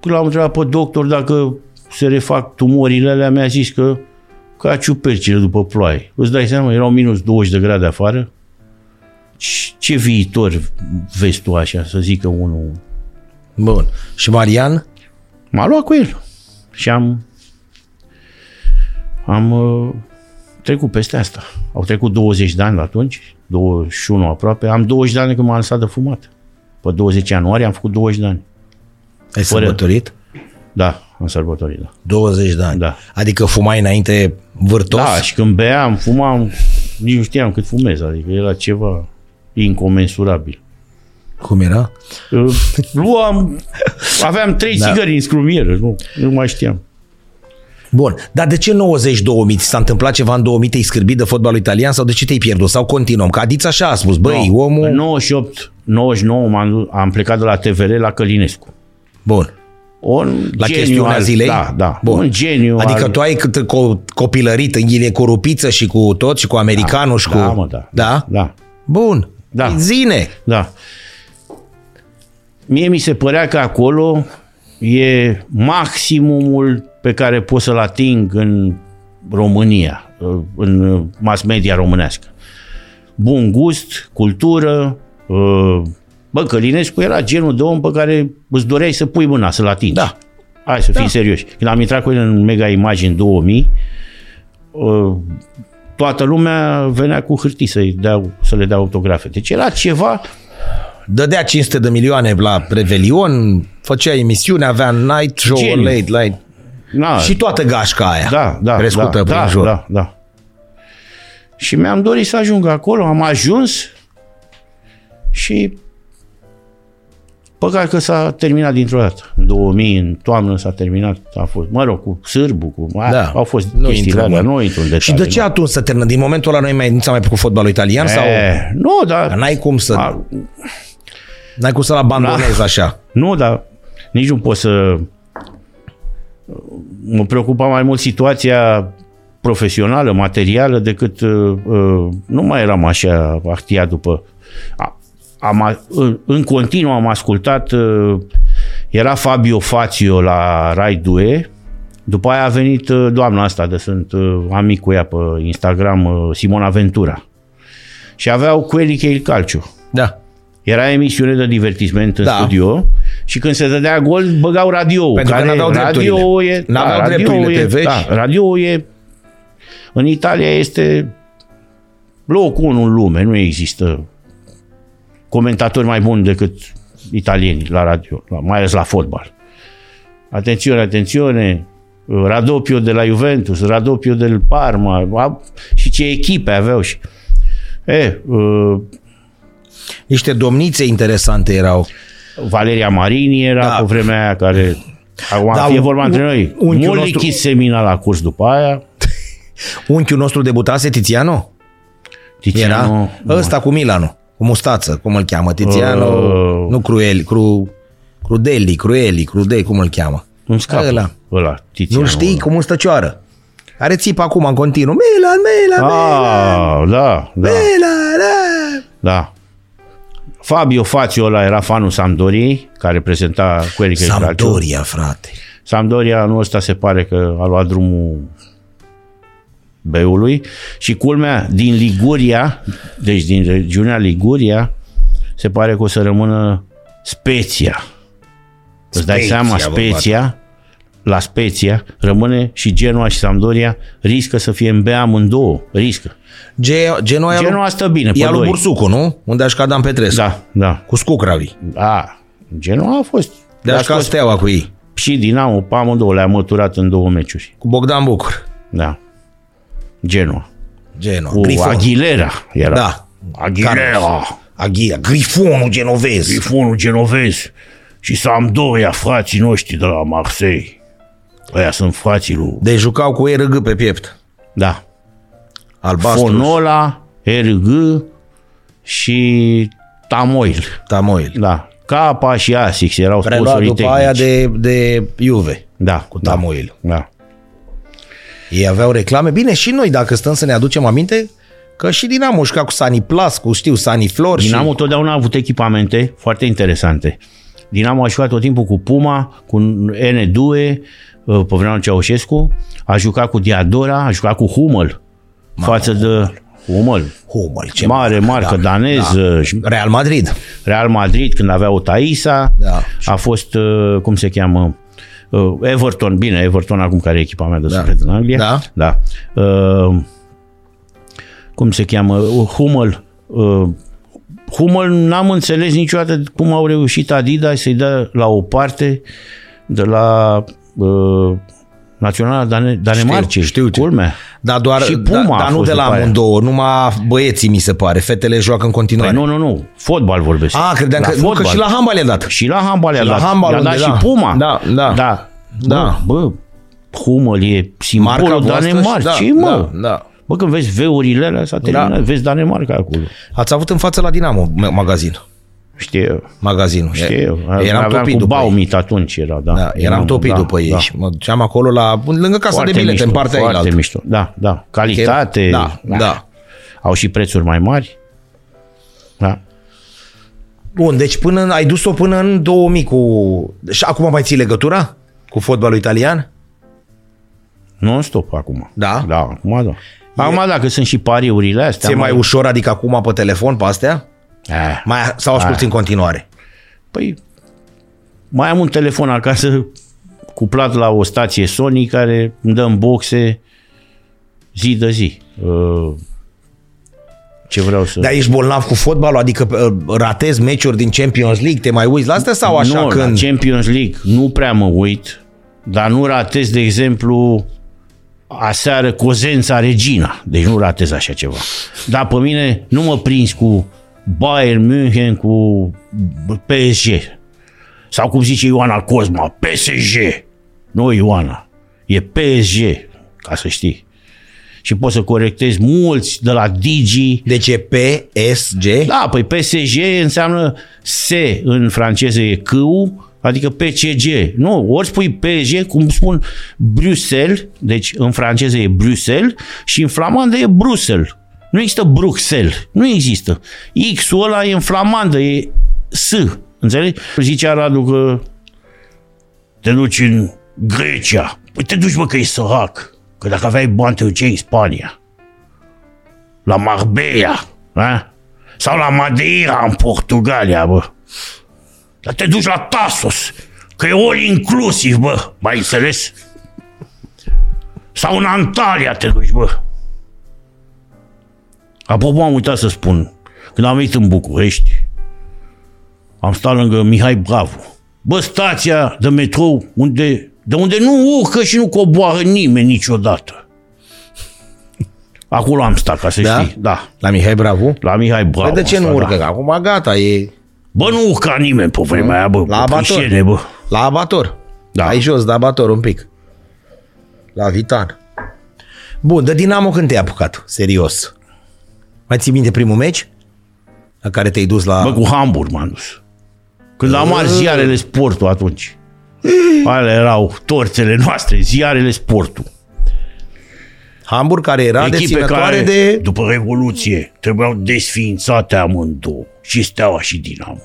Când l-am întrebat pe doctor dacă se refac tumorile alea, mi-a zis că ca ciupercile după ploaie. Îți dai seama, erau minus 20 de grade afară. Ce- Ce viitor vezi tu așa, să zică unul? Bun. Și Marian? M-a luat cu el. Și am am uh, trecut peste asta. Au trecut 20 de ani de atunci, 21 aproape. Am 20 de ani când m-am lăsat de fumat. Pe 20 ianuarie am făcut 20 de ani. Ai sărbătorit? Da, am sărbătorit, da. 20 de ani. Da. Adică fumai înainte vârtos? Da, și când beam, fumam, nici nu știam cât fumez, adică era ceva incomensurabil. Cum era? Uh, Luam, aveam trei da. țigări în scrumieră, nu, nu mai știam. Bun. Dar de ce 90-2000? Ți s-a întâmplat ceva în 2000? Te-ai scârbit de fotbalul italian sau de ce te-ai pierdut? Sau continuăm? Că Adiț așa a spus. Băi, No, omul... În 98, 99 m-am, dus- am plecat de la TVR la Călinescu. Bun. Un La geniu chestiunea al, zilei? Da, da. Bun. Bun. Un geniu Adică al, tu ai cât co- copilărit în ghile cu rupiță și cu tot și cu americanul și cu... Da, mă, da. Da? Da, Bun. Da. Zine. da. Mie mi se părea că acolo e maximumul pe care pot să-l ating în România, în mass media românească. Bun gust, cultură, ă, bă, Călinescu era genul de om pe care îți doreai să pui mâna, să-l atingi. Da. Hai să fim da. serioși. Când am intrat cu el în Mega Imagine 2000, uh, toată lumea venea cu hârtii să, dea, să le dea autografe. Deci era ceva... Dădea 500 de milioane la Revelion, făcea emisiune, avea night show, Geniu. late night. Na, Și toată gașca aia. da, da, Crescută da, prin da, jur. da, da. Și mi-am dorit să ajung acolo, am ajuns și Păcat că s-a terminat dintr-o dată. În 2000, în toamnă s-a terminat. A fost, mă rog, cu sârbu, cu... Da, au fost nu chestiile intrăm alea, în- nu intru în detalii. Și de ce nu. atunci să termină? Din momentul ăla noi mai, nu s-a mai plăcut fotbalul Eh, italian? sau E, nu, dar... N-ai cum să... A, Da. N-ai cum să-l abandonezi așa. Nu, dar nici nu pot să... Mă preocupa mai mult situația profesională, materială, decât... Uh, uh, nu mai eram așa actia după... A, am, a- în, în continuu am ascultat... Uh, era Fabio Fazio la Rai 2, după aia a venit uh, doamna asta, de sunt uh, amic cu ea pe Instagram, uh, Simona Ventura. Și aveau cu el Calcio. Calciu. Da. Era emisiune de divertisment în Da. da. studio și când se dădea gol, băgau radio. Pentru că n-aveau drepturile. radio e, N-aveau drepturile radio e, TV și- Da, radio e... În Italia este locul unu în lume. Nu există comentatori mai buni decât italieni la radio, la, mai ales la fotbal. Atențiune, atențione, Radopio de la Juventus, Radopio del Parma, a- și ce echipe aveau și... E, uh, Niște domnițe interesante erau. Valeria Marini era Da. da. pe vremea aia care... Acum Da, da, fie un- vorba între un- noi. unchiul Mult nostru- nostru... semina la curs după aia. Unchiul nostru debutase, Tiziano? Era? Tiziano, Ăsta cu Milano. Cu mustață, cum îl cheamă? Tiziano, Uh. nu Cruel, cru, Crudeli, Crueli, Crudei, cum îl cheamă? Îmi scapă. Ăla. Ăla. ăla Tiziano, Nu știi? Cu mustăcioară. Care țipă acum în continuu. Milan, Milan, Milan, Ah, da, da, Milan, da. da. Fabio Fazio ăla era fanul Sampdoriei, care prezenta cu Eric Sampdoria, frate. Sampdoria anul ăsta se pare că a luat drumul Beului și culmea din Liguria, deci din regiunea Liguria, se pare că o să rămână Speția. Îți dai Spezia, seama, bă, Speția, la Speția, rămâne și Genoa și Sampdoria riscă să fie în bea amândouă, riscă. Ge- Genoa e al- Genoa stă bine, e pe al lui doi. Bursucu, nu? Unde aș cadam Petrescu. Da, da. Cu Scucravi. A, Genoa a fost. De a aș ca scos steaua cu ei. și Dinamo pe amândouă, le-a măturat în două meciuri. Cu Bogdan Bucur. Da. Genoa. Genoa. cu Grifon. Aguilera era. Da. Carlos. Aguilera, Aghia. Grifonul genovez. grifonul genovez și Sampdoria, frații noștri de la Marseille. Aia sunt frații lui... Deci jucau cu RG pe piept. Da. Albastru. Fonola, RG și Tamoil. Tamoil. Da. Capa și Asics erau Preluat sponsorii după tehnici. aia de, de Juve. Da. Cu Tamoil. Da. Ei aveau reclame. Bine, și noi, dacă stăm să ne aducem aminte, că și Dinamo juca cu Sani Plas, cu știu, Sani Flor Dinamo și... totdeauna a avut echipamente foarte interesante. Dinamo a jucat tot timpul cu Puma, cu N2, uh, pe vremea lui Ceaușescu, a jucat cu Diadora, a jucat cu Hummel, față de Hummel, Humăl, ce mare Da, marcă daneză, și Real Madrid. Real Madrid când avea o Taisa, Da. a fost, uh, cum se cheamă, uh, Everton, bine, Everton acum care e echipa mea de suflet în Anglia. Da. da. Uh, Cum se cheamă, Uh, Hummel, uh, Hummel n-am înțeles niciodată cum au reușit Adidas să-i dea la o parte de la uh, Naționala Dan- Danemarcei. știu ce. Culmea. Dar doar, Și Puma da, a dar nu fost de la după aia. amândouă, numai băieții mi se pare. Fetele joacă în continuare. Păi nu, nu, nu. Fotbal vorbesc. A, Ah, credeam că, nu, că și la handbal e dat. Și la handbal i-a la dat. handbal I-a dat unde, și da. Puma. Da, da. Da. Da. Bă, bă Hummel e simbolul voastră și- Danemarcei, da, mă. da, da. Bă, când vezi veurile alea, s-a terminat, Da. vezi Danemarca acolo. Ați avut în față la Dinamo ma- magazin. Știu eu, Magazinul. știu eu. Eram Aveam topit cu după ei. Baumit atunci era, da. Da, eram topit după ei. Și mă duceam acolo la, lângă casa de bilete, în partea foarte ailaltă. mișto. Da, da. Calitate. Da, da. Au și prețuri mai mari. Da. Bun, deci până în, ai dus-o până în 2000 cu... Și acum mai ții legătura cu fotbalul italian? Da, Non-stop acum. Da? Da, acum da. Acum da, că sunt și pariurile astea. Ți-e mai ușor, adică acum pe telefon, pe astea? Eh, Mai, sau asculti în continuare? Păi, mai am un telefon acasă cuplat la o stație Sony care îmi dă în boxe zi de zi. Uh, Ce vreau să... Dar ești bolnav cu fotbalul? Adică uh, ratezi meciuri din Champions League? Te mai uiți la astea sau așa nu, când... la Champions League nu prea mă uit, dar nu ratez, de exemplu, aseară Cozența Regina. Deci nu ratez așa ceva. Dar pe mine nu mă prins cu Bayern München, cu PSG. Sau cum zice Ioana Cosma, PSG. Nu Ioana, e PSG, ca să știi. Și poți să corectezi mulți de la Digi. Deci e PSG? Da, păi PSG înseamnă S în franceză e C, adică PCG. Nu, ori spui PSG, cum spun Bruxelles, deci în franceză e Bruxelles și în flamandă e Bruxelles. Nu există Bruxelles, nu există. X-ul ăla e în flamandă, e S, înțelegi? Zicea Radu că te duci în Grecia. Păi te duci, mă, că e sărac. Că dacă aveai bani, te duceai în Spania. La Marbella, a? Sau la Madeira, în Portugalia, bă. Dar te duci la Tasos, că e all inclusiv, bă, mai înțeles? Sau în Antalya te duci, bă. Apropo, am uitat să spun, când am venit în București, am stat lângă Mihai Bravo. Bă, stația de metrou unde, de unde nu urcă și nu coboară nimeni niciodată. Acolo am stat, ca să Da? știi. Da. La Mihai Bravo? La Mihai Bravo. Păi de ce am nu stat, urcă? Da. Că acum gata, e Bă, nu urca nimeni pe vremea aia, bă. La pe abator. Da. Prișene, bă. la abator. Da. Ai jos de abator un pic. La Vitan. Bun, de Dinamo când te-ai apucat? Serios. Mai ții minte primul meci? La care te-ai dus la... Bă, cu Hamburg m-am dus. Când am Ă. ars ziarele sportul atunci. Ale erau torțele noastre, ziarele sportul. Hamburg, care era deținătoare de... după Revoluție, trebuiau desființate amândouă. Și Steaua și Dinamo.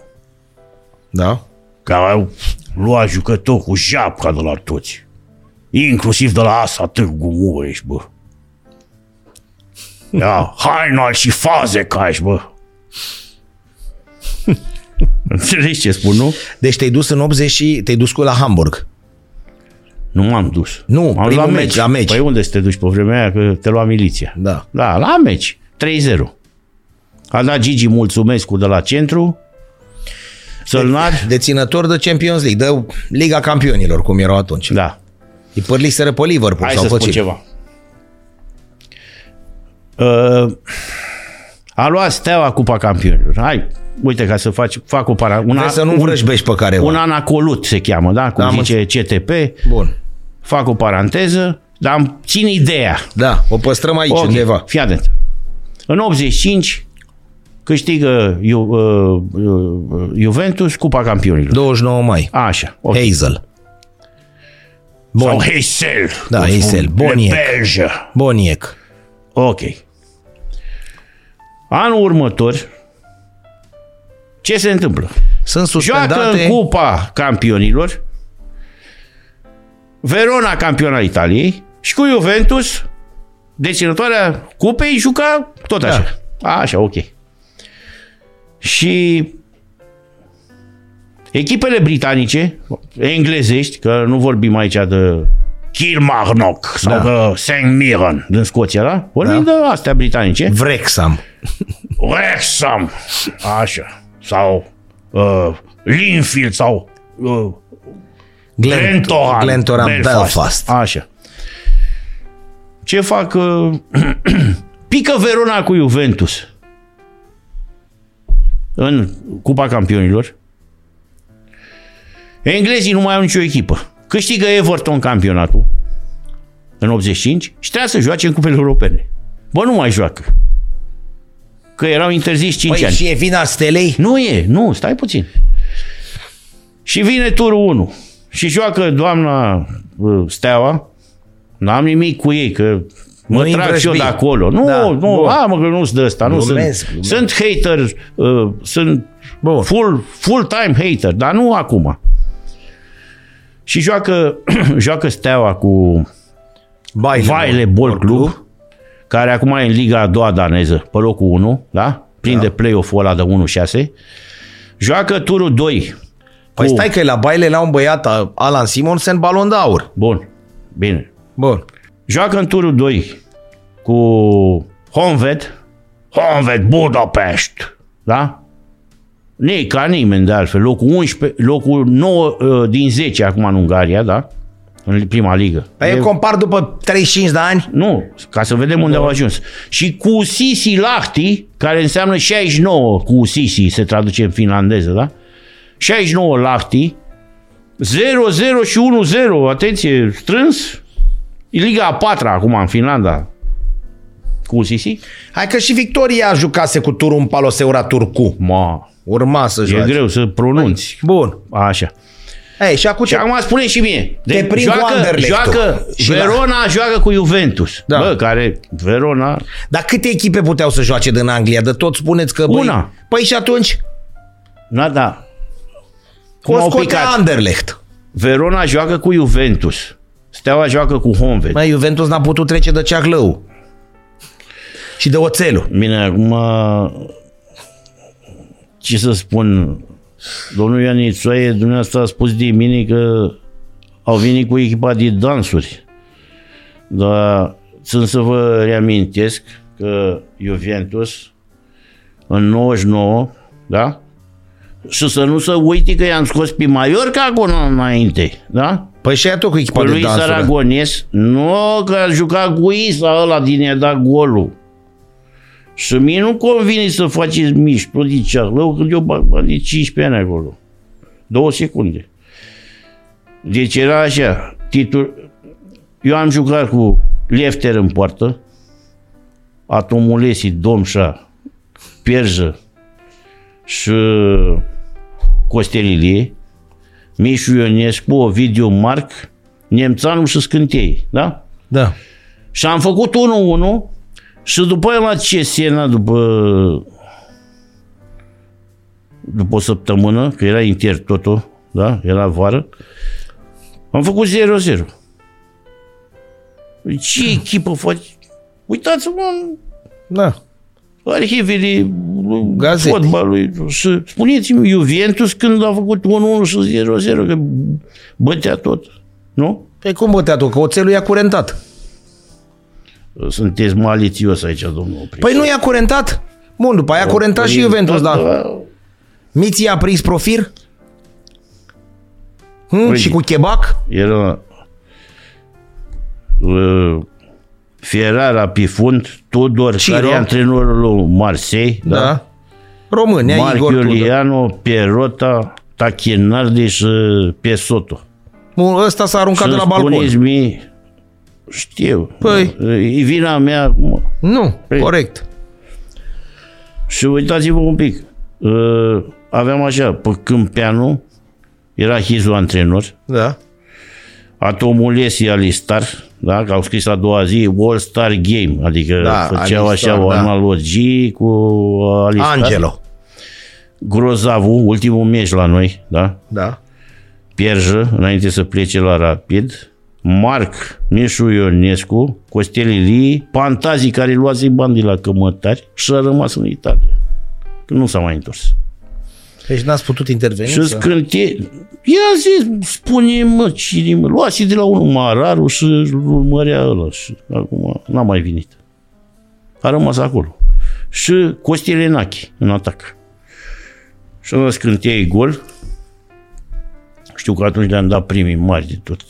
Da. Care au luat jucători cu japca de la toți. Inclusiv de la Asa Târgu Mureș, bă. Da, Hainal și faze caș, bă. Înțelegi ce spun, nu? Deci te-ai dus în 80 și te-ai dus cu la Hamburg. Nu m-am dus. Nu, m-am dus primul meci, la meci. Păi unde să te duci pe vremea aia că te lua miliția? Da. Da, la meci. 3-0. A dat Gigi mulțumescu de la centru. Sălnari. Deținător de Champions League, de Liga Campionilor, cum erau atunci. Da. Da. Îi părliseră pe Liverpool Hai sau să pe spun cine. ceva. Uh, a luat Steaua Cupa Campionilor. Hai, uite ca să faci, fac o para. Un, Vrei să nu vrăjbești pe careva. un anacolut se cheamă, da? Cum Am zice CTP. Bun. Fac o paranteză, dar îmi țin ideea. Da, o păstrăm aici Ok, undeva. Fii atent. În 85 câștigă Ju, uh, uh, Juventus Cupa Campionilor. 29 mai. Așa. ok. Hazel. Bon. Sau Bon, Heysel. Da, cum spun, Heysel, Boniek. Lebelge. Boniek. Ok. Anul următor, ce se întâmplă? Sunt Joacă suspendate. în Cupa Campionilor, Verona campiona Italiei și cu Juventus, deținătoarea cupei, juca tot așa. Da. Așa, ok. Și echipele britanice, englezești, că nu vorbim aici de Kilmarnock sau Da. da. de St. Mirren din Scoția, da? Vorbim da. de astea britanice. Vrexam. Wrexham, așa, sau uh, Linfield, sau uh, Glen- Glentoran, Glentoran Belfast. Belfast. Așa. Ce fac? Uh, pică Verona cu Juventus în Cupa Campionilor. Englezii nu mai au nicio echipă. Câștigă Everton campionatul în 85 și trebuia să joace în cupele europene. Bă, nu mai joacă. Că erau interziși 5 Păi ani. și e vina stelei? Nu e, nu, stai puțin. Și vine turul 1 și joacă doamna uh, Steaua. N-am nimic cu ei, că mă Nu-i trag și eu de vrăjbi. acolo. Nu, Da, nu, bun. a, mă, că nu sunt de ăsta. Nu Glumesc, sunt, glumesc. sunt hater, uh, sunt Bun. full, full time hater, dar nu acum. Și joacă, joacă Steaua cu Baile. Vaile Ball Club, care acum e în Liga a doua daneză, pe locul 1, da? Prinde da. play-off-ul ăla de 1-6. Joacă turul 2. Păi cu- stai că la baile la un băiat, a- Alan Simonsen, balon de aur. Bun, bine. Bun. Joacă în turul 2 cu Honved. Honved Budapest. Da? Nu e ca nimeni de altfel. Locul, 11, locul 9 uh, din 10 acum în Ungaria, da? În prima ligă. Păi eu compar după 35 de ani. Nu, ca să vedem unde au ajuns. Și cu Sisi Lahti, care înseamnă 69 cu Sisi, se traduce în finlandeză, da? 69 Lahti 0-0 și 1-0, atenție, strâns. E Liga a patra acum în Finlanda. Cu Sisi? Hai că și Victoria jucase cu turul în Paloseura Turcu. Ma, Urma să e joace. greu să pronunți. Bun. Așa. Ei, și acum Și ce... acum spune și mie. Deci Te prind cu joacă, Anderlecht-ul. joacă Și la- Verona joacă cu Juventus. Da. Bă, care Verona Dar câte echipe puteau să joace din Anglia? De tot spuneți că... Băi, Una. Păi și atunci? Na, da. Cum O au scotea picat? Anderlecht. Verona joacă cu Juventus. Steaua joacă cu Honved. Mai Juventus n-a putut trece de ceahlău. Și de oțelul. Bine, acum... Ce să spun? Domnul Ioan Ițoaie, dumneavoastră a spus din mine că au venit cu echipa de dansuri. Dar sunt să vă reamintesc că Juventus în 99, da? Și să nu se uite că i-am scos pe Mallorca acolo înainte, da? Păi și tu cu echipa Pe de lui dansură. Saragones, nu că a jucat cu Isa ăla din a dat golul. Și mie nu convine să faceți mici, tot din ceahlău, când eu bag bani de 15 ani acolo. Două secunde. Deci era așa, titul... Eu am jucat cu Lefter în poartă, Atomulesi, Domșa, Pierjă și Costelilie, Mișu Ionescu, Ovidiu Marc, Nemțanu și Scântei, da? Da. Și am făcut 1-1 și după aia la Cesena, după după o săptămână, că era inter totul, da? Era vară, am făcut 0-0. Ce echipă faci? Uitați-vă în Da. arhivele lui Gazete. fotbalului. Să spuneți-mi Juventus când a făcut 1-1 și 0-0, că bătea tot. Nu? Păi cum bătea tu? Că oțelul i-a curentat. Sunteți malițios aici, domnul Păi, Opri. Păi nu i-a curentat? Bun, după aia a curentat și Juventus, da. Miții a prins profil? Hm? Păi- Și cu Chebac? Era uh, Ferrara Pifund, Tudor, Ciro. care e antrenorul lui Marseille, da? da? Da. România, Marc Igor Tudor. Iuliano, Pierota, Tachinardi și uh, Pesoto. Bun, ăsta s-a aruncat de la balcon. mie, știu, Uh, Păi. e vina mea acum. Nu, Păi. corect. Și uitați-vă un pic. Uh, Aveam așa, pe Câmpeanu, era Hizu antrenor, Da. Atomulesi Alistar, da? că au scris a doua zi All-Star Game, adică Da, da, făceau Alistar, așa o da. analogie cu uh, Alistar. Angelo. Grozavu, ultimul meci la noi, da? Da. Pierjă, înainte să plece la Rapid, Marc, Mișu Ionescu, Costelili, Pantazii care luase bani de la cămătari și a rămas în Italia. Că nu s-a mai întors. Deci n-ați putut interveni? Și să- scântie, ia zi, spune mă, cine mă, luați de la unul mararu și îl urmărea ăla și acum n-a mai venit. A rămas acolo. Și Costi Lenache în atac. Și ăla scântie e gol. Știu că atunci le-am dat primii mari de tot.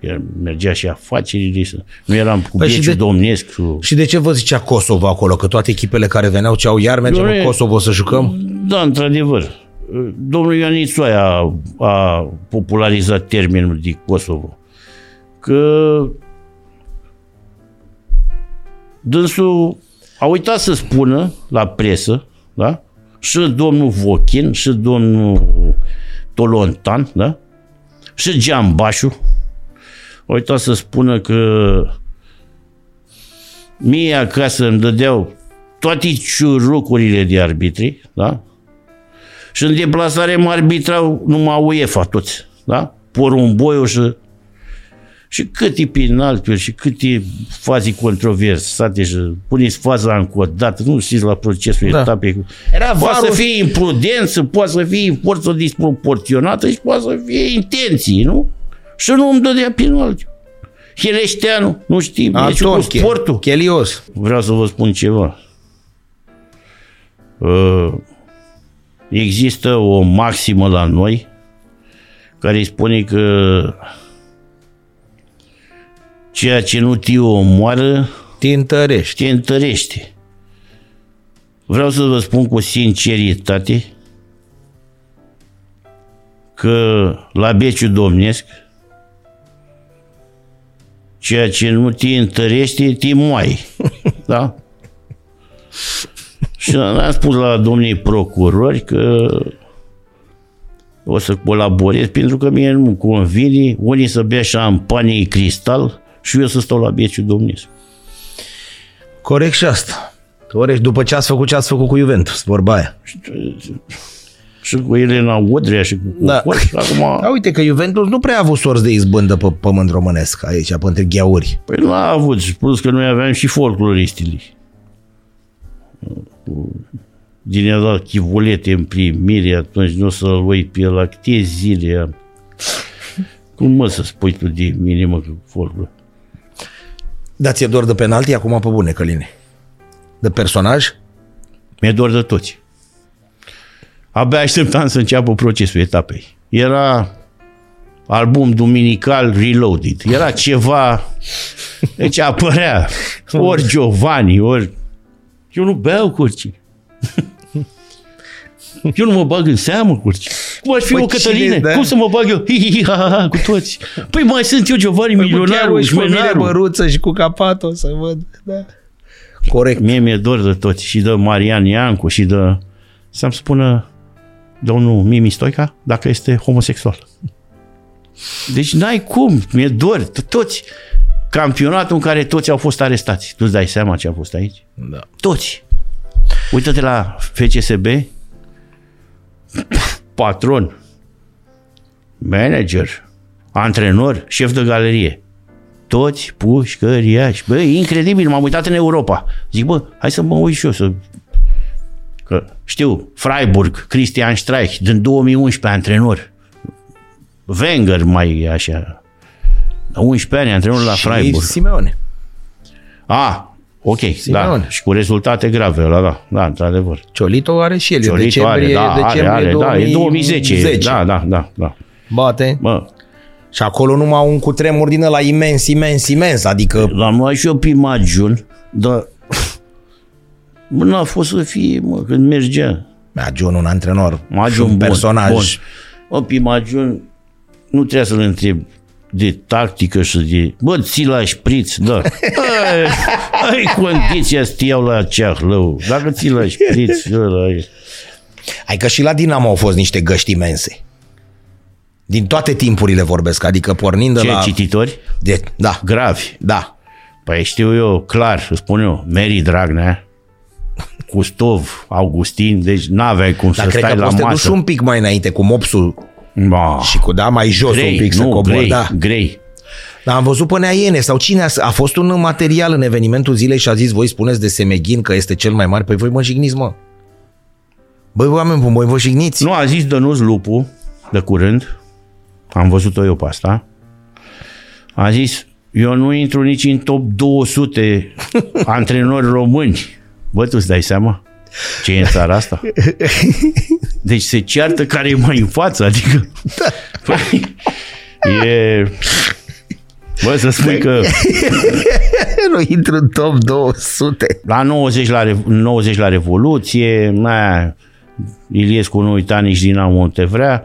Iar mergea și afacerile. să- Nu eram cu Păi păi și beciul de- de... domnesc. Cu... Și de ce vă zicea Kosovo acolo? Că toate echipele care veneau ceau iar mergem Doamne, în Kosovo să jucăm? Da, într-adevăr. Domnul Ioan Ițoaia a, a popularizat termenul de Kosovo. Că dânsul a uitat să spună la presă, da? Și domnul Vochin, și domnul Tolontan, da? Și Geambașu. A uitat să spună că mie acasă îmi dădeau toate ciurucurile de arbitri, da? Și în deplasare mă arbitrau numai UEFA toți, da? Porumboiu și... Și câte penaltiuri și câte faze controversate și puneți faza încă o dată, nu știți la procesul Da. da. etapei. Era Poate varul- să fie imprudență, poate să fie forță disproporționată și poate să fie intenții, nu? Și nu îmi dădea penalti. Heleșteanu, nu știi, deci cu Antonche, sportul. Chelios. Vreau să vă spun ceva. Uh, Există o maximă la noi care îi spune că ceea ce nu tiu omoară, Tintărești. te întărește. Vreau să vă spun cu sinceritate că la beciul domnesc, ceea ce nu te întărește, te moai. Da? Și am spus la domnii procurori că o să colaborez, pentru că mie nu convine unii să bea șampanie cristal și eu să stau la bieciul domnesc. Corect și asta. Corect, după ce ați făcut ce ați făcut cu Juventus, vorba aia. Și cu Elena Odrea și cu Da. da. și acum... Da, uite că Juventus nu prea a avut sorți de izbândă pe pământ românesc aici, pe între gheauri. Păi nu a avut, și plus că noi aveam și folcloristele. Cu- Din ea dat chivulete în primire, atunci nu o să-l ui pe la câte zile. Cum mă să spui tu de mine, mă, că folclor? Da, ți-e dor de penalti acum pe bune, Căline. De personaj? Mi-e dor de toți. Abia așteptam să înceapă procesul etapei. Era album duminical reloaded. Era ceva... Deci apărea ori Giovanni, ori... Eu nu beau curci. Eu nu mă bag în seamă, curci. Cum aș fi Păi păi o cine, Cătălină? da? Cum să mă bag eu? Hi, hi, hi, ha, ha, ha, cu toți. Păi mai sunt eu Giovanni, milionarul, și cu mine șmenerul. băruță și cu capat o să văd. Da. Corect. Mie mi-e dor de toți și de Marian Iancu și de... Să-mi spună domnul Mimi Stoica dacă este homosexual. Deci n-ai cum, mi-e dor de toți. Campionatul în care toți au fost arestați. Tu-ți dai seama ce a fost aici? Da. Toți. Uită-te la FCSB, patron, manager, antrenor, șef de galerie. Toți pușcăriași. Bă, e incredibil, m-am uitat în Europa. Zic, bă, hai să mă uit și eu să... Că, știu, Freiburg, Christian Streich, din 2011 antrenor. Wenger mai e așa. La 11 ani antrenor la Freiburg. Simeone. A, ok, da. Simeone. Și cu rezultate grave ăla, da, da, într-adevăr. Ciolito are și el. Deci e Ciolito are, decembrie, da, are, decembrie are, da, e 2010, 2010. da, da, da, da. Bate. Bă, Și acolo numai un cutremur din ăla imens, imens, imens. Adică l-am luat și eu pe Magiun, dar bă, n-a fost să fie, mă, când mergea. Magiun, un antrenor, și Magiun un bun, personaj. Bun. Mă, pe Magiun, nu trebuia să-l întreb de tactică și de... Bă, ții la șpriț, da. Ai, ai condiția să te iau la ceahlău. Dacă ții la șpriț, ăla e. Hai că Adică și la Dinamo au fost niște găști imense. Din toate timpurile vorbesc, adică pornind de Ce, la... cititori? De, da, Gravi. da. Păi știu eu, clar, îți spun eu, Mary Dragnea, Custov, Augustin, deci n-aveai cum Dar să cred stai că la poți să te duci masă. un pic mai înainte cu mopsul Ba, și cu da mai jos grei, un pic să nu, cobor. grei, Da. grei. Dar am văzut pe Neaiene sau cine a, a fost un material în evenimentul zilei și a zis voi spuneți de Semeghin că este cel mai mare, păi voi mă jigniți mă. Băi, oameni buni, voi vă jigniți. Nu, a zis Dănuț Lupu, de curând, am văzut-o eu pe asta, a zis, eu nu intru nici în top 200 antrenori români. Bă, tu îți dai seama ce e în țara asta? Deci se ceartă care e mai în față, adică... Păi, e... Bă, să spui că Nu intru în top 200. la 90 la, Revo- 90 la Revoluție, na, Iliescu nu uita nici Dinamo te vrea,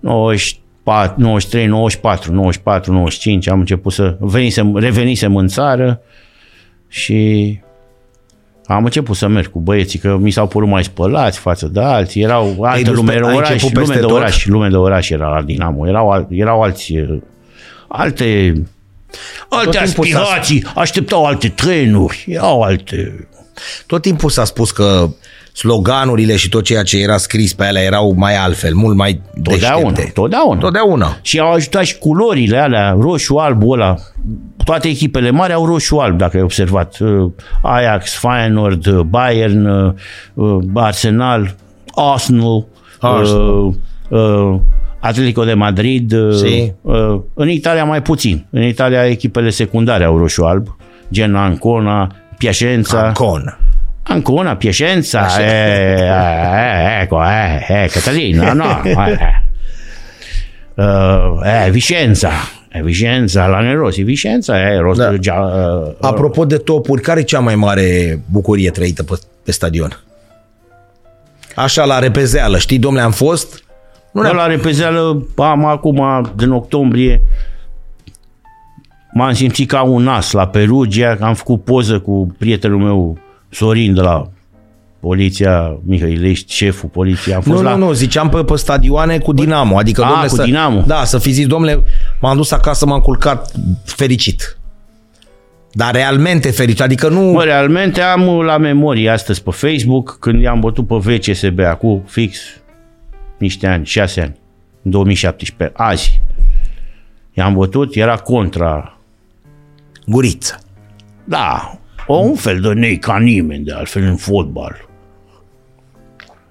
94, 93, 94, 94, 95 am început să venisem, revenisem în țară și am început să merg cu băieții, că mi s-au părut mai spălați față de alții, erau altă dus lume, pe- era ai oraș, început lume peste de tot? oraș, lume de oraș era la Dinamo, erau, al- erau alți, alte Alte Tot timpul s-a- aspirații, așteptau alte trenuri, erau alte... Tot timpul s-a spus că sloganurile și tot ceea ce era scris pe alea erau mai altfel, mult mai Totdeauna, deștepte. totdeauna. Totdeauna. Și au ajutat și culorile alea, roșu-alb ăla. Toate echipele mari au roșu-alb, dacă ai observat. Uh, Ajax, Feyenoord, uh, Bayern, uh, uh, Arsenal, Arsenal, Arsenal. uh, uh, Atletico de Madrid. uh, Si. uh, În Italia mai puțin. În Italia echipele secundare au roșu-alb, gen Ancona, Piacenza. Con. Ancona, Piacenza, Așa. eh, eh, ecco, eh, eh, Catalina, no, eh, eh. Eh, eh, Vicenza, eh, Vicenza, la Nerosi, Vicenza, eh, Ros- Da. Gia- eh, Apropo de topuri, care e cea mai mare bucurie trăită pe, pe stadion? Așa, la repezeală, știi, domnule, am fost, Nu Nu ne-am- la repezeală am acum, din octombrie, m-am simțit ca un as la Perugia, am făcut poză cu prietenul meu Sorin de la poliția Mihăilești, șeful poliției. Am fost Nu, la... nu, nu, ziceam pe, pe stadioane cu Dinamo, adică A, domnule, cu să, Dinamo. Da, să fi zis, domnule, m-am dus acasă, m-am culcat fericit. Dar realmente fericit, adică nu... Mă, realmente am uh, la memorie astăzi pe Facebook când i-am bătut pe VCSB acum fix niște ani, șase ani, în 2017, azi. I-am bătut, era contra Guriță. Da, o un fel de nei ca nimeni de altfel în fotbal.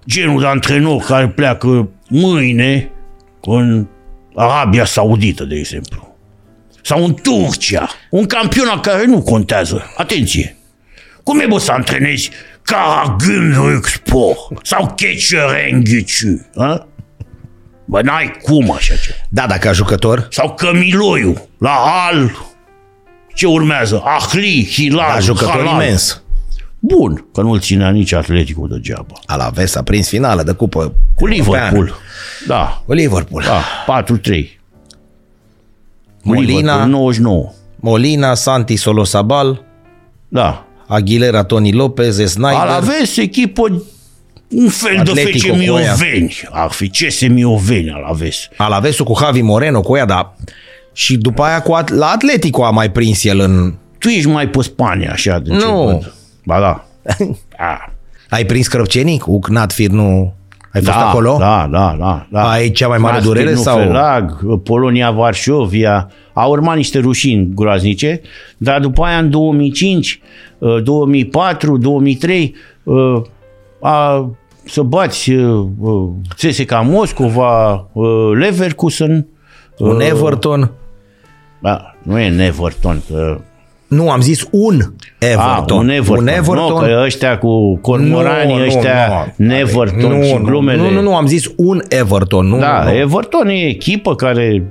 Genul de antrenor care pleacă mâine în Arabia Saudită, de exemplu. Sau în Turcia. Un campionat care nu contează. Atenție! Cum e bă să antrenezi Karagân Rüxpor sau Keçerenghici? a? Bă, n-ai cum așa ceva Da, da, ca jucător. sau Cămiloiu, la Al, ce urmează? Ahli, Hilal, Da, jucător Halal. imens. Bun, că nu-l ținea nici Atletico degeaba. Alaves a prins finală de cupă. Cu Liverpool. Da, Cu Liverpool. Da. da, 4-3. Cu Molina, Liverpool, 99. Molina, Santi, Solosabal, Da. Aguilera, Toni Lopez, Snyder. Alaves, echipă un fel Atletico de fece cu mioveni. Ar fi ce se mioveni Alaves. Alavesul cu Javi Moreno, cu ea, da. Și după aia cu at- la Atletico a mai prins el în... Tu ești mai pe Spania, așa, de Nu. Ba da. Ah. A, Ai prins Crăpcenii cu Knat Firnu? Ai fost da, acolo? Da, da, da. da. Ai cea mai mare Rastin, durere sau- Felag, Polonia, Varșovia, au urmat niște rușini groaznice, dar după aia în 2005, uh, 2004, 2003, uh, a, să bați uh, uh, CSKA Moscova, uh, Leverkusen, Un Uh. Everton? da, nu e în Everton, că Nu, am zis un Everton. Everton. A, Ah, un Everton. Un Everton. Nu, că ăștia cu cormoranii, nu, ăștia nu, Neverton nu, și nu, glumele. Nu, nu, nu, am zis un Everton. Nu, Da, nu, nu. Everton e echipă care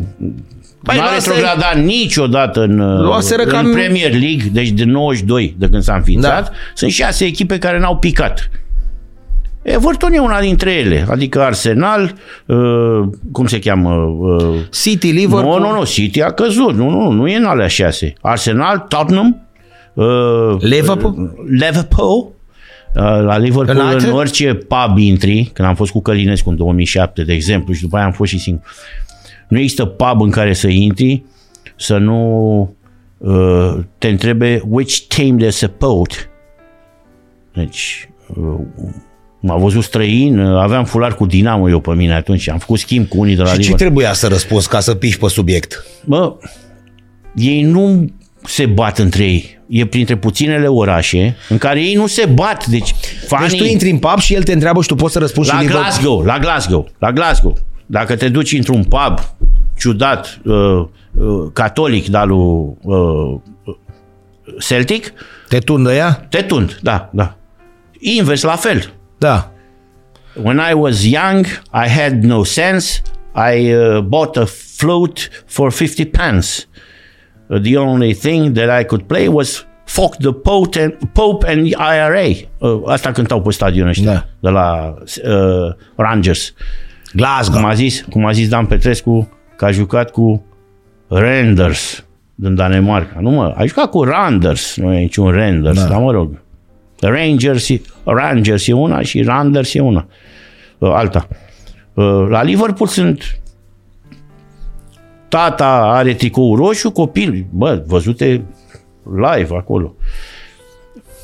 Păi n-a luase- retrogradat da niciodată în, uh, Luaseră în cam- Premier League, deci de 92 de când s-a înființat. Da. Sunt șase echipe care n-au picat. Everton e una dintre ele, adică Arsenal, uh, cum se cheamă? Uh, City, Liverpool. nu, nu, nu, City a căzut, nu, nu, nu e în alea șase. Arsenal, Tottenham, uh, Liverpool? Liverpool, Uh, la Liverpool, În alte- în orice pub intri, când am fost cu Călinescu în 2007, de exemplu, și după aia am fost și singur, nu există pub în care să intri să nu uh, te întrebe which team they support. Deci, uh, m-a văzut străin, uh, aveam fular cu Dinamo eu pe mine atunci, am făcut schimb cu unii de la Și ce Liverpool. trebuia să răspunzi ca să piși pe subiect? Bă, ei nu se bat între ei. E printre puținele orașe în care ei nu se bat. Deci, fanii Deci tu intri în pub și el te întreabă și tu poți să răspunzi la și Liverpool. Glasgow, la Glasgow, la Glasgow. Dacă te duci într-un pub ciudat, uh, uh, catolic, dar lui uh, Celtic, Te tundă ea? te tund, da, da. Invers, la fel. Da. When I was young, I had no sense. I uh, bought a flute for 50 pence. Uh, The only thing that I could play was Fuck the Pope and, Pope and the IRA. Uh, asta cântau pe stadionul ăștia Da. de la uh, Rangers. Glasgow. Cum a, zis, cum a zis Dan Petrescu că a jucat cu Renders din Danemarca. Nu mă, a jucat cu Randers, nu e niciun Renders, da. dar mă rog. Rangers, e- Rangers e una și Randers e una. Uh, Alta. Uh, La Liverpool sunt tata are tricou roșu, copil, bă, văzute live acolo.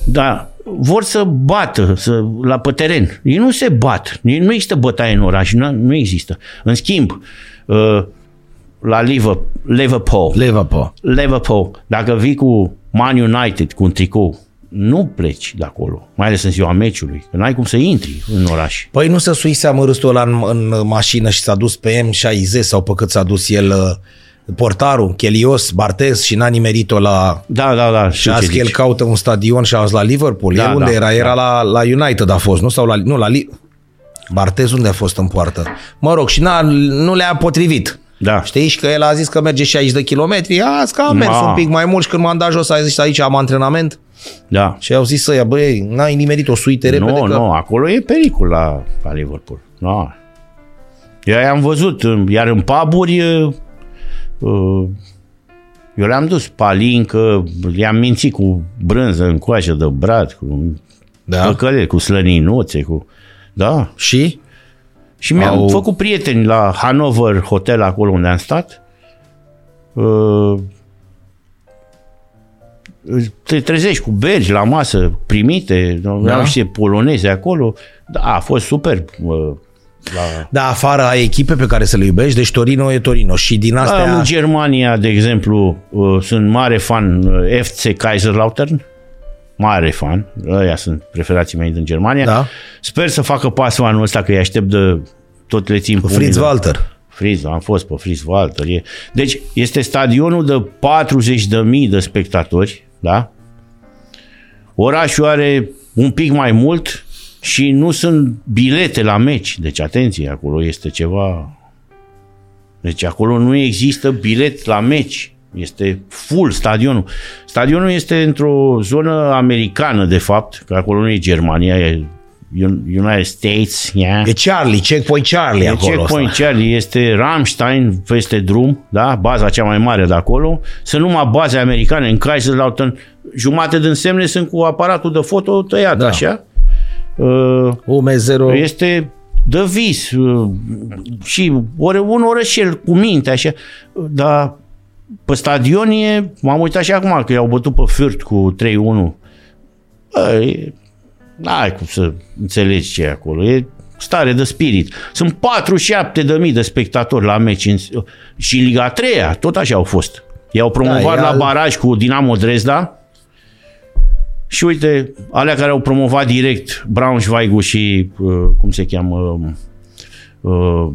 Da, vor să bată să, la pe teren. Ei nu se bat. Ei nu există bătaie în oraș. Nu, nu există. În schimb, uh, la Liver- Liverpool, Liverpool. Liverpool, dacă vii cu Man United, cu un tricou, nu pleci de acolo, mai ales în ziua meciului, că n-ai cum să intri în oraș. Păi nu să sui seamă râsul ăla în, în mașină și s-a dus pe M60 sau pe cât s-a dus el uh, portarul, Chelios, Bartez și n-a nimerit-o la... Da, da, da. Și azi că el caută un stadion și azi la Liverpool. Da, Da, el unde da, era? Era la, la United a fost, nu? Sau la, nu, la Li- Bartez unde a fost în poartă? Mă rog, și n-a, nu le-a potrivit. Da. Știi? Și că el a zis că merge 60 de kilometri, azi că am mers Ma. un pic mai mult și când m-am dat jos a zis aici am antrenament Da. și au zis să ia, băi, n-ai nimerit o suite repede Nu, că... nu, acolo e pericol la, la Liverpool. No. Da. Eu i-am văzut, iar în paburi, eu le-am dus palincă, le-am mințit cu brânză în coajă de brad, cu Da. păcăle, cu slăninuțe, cu... Da. Și? Și mi-am Au- făcut prieteni la Hanover Hotel, acolo unde am stat. Uh, Te trezești cu bergi la masă primite, da. erau niște polonezi acolo. Da, a fost superb. uh, La... Da, afară ai echipe pe care să le iubești, deci Torino e Torino și Da, din astea... Am în Germania, de exemplu, uh, sunt mare fan uh, FC Kaiserslautern. Mare fan. Ăia sunt preferații mei din Germania. Da. Sper să facă pasul anul ăsta, că îi aștept de tot le țin pumnii, Fritz da. Walter. Fritz, am fost pe Fritz Walter. E... Deci este stadionul de 40.000 de spectatori, da? Orașul are un pic mai mult și nu sunt bilete la meci. Deci atenție, acolo este ceva... Deci acolo nu există bilet la meci. Este full stadionul. Stadionul este într-o zonă americană, de fapt, că acolo nu e Germania, e United States. Yeah. E Charlie, checkpoint Charlie E acolo. Checkpoint Deci Charlie este Rammstein peste drum, da? baza cea mai mare de acolo. Sunt numai baze americane în Kaiserslautern. Jumate din semne sunt cu aparatul de foto tăiat, da. așa. Uh, UM0. este de vis uh, și ori un orășel cu minte, așa. Dar pe stadion e, m-am uitat și acum că i-au bătut pe Fürth cu 3-1. Bă, e- n-ai cum să înțelegi ce e acolo. E stare de spirit. Sunt 47.000 de spectatori la meci în, și în Liga 3 tot așa au fost. I-au promovat Da, e la al- baraj cu Dinamo Dresda și uite, alea care au promovat direct Braunschweig-ul și uh, cum se cheamă um, uh,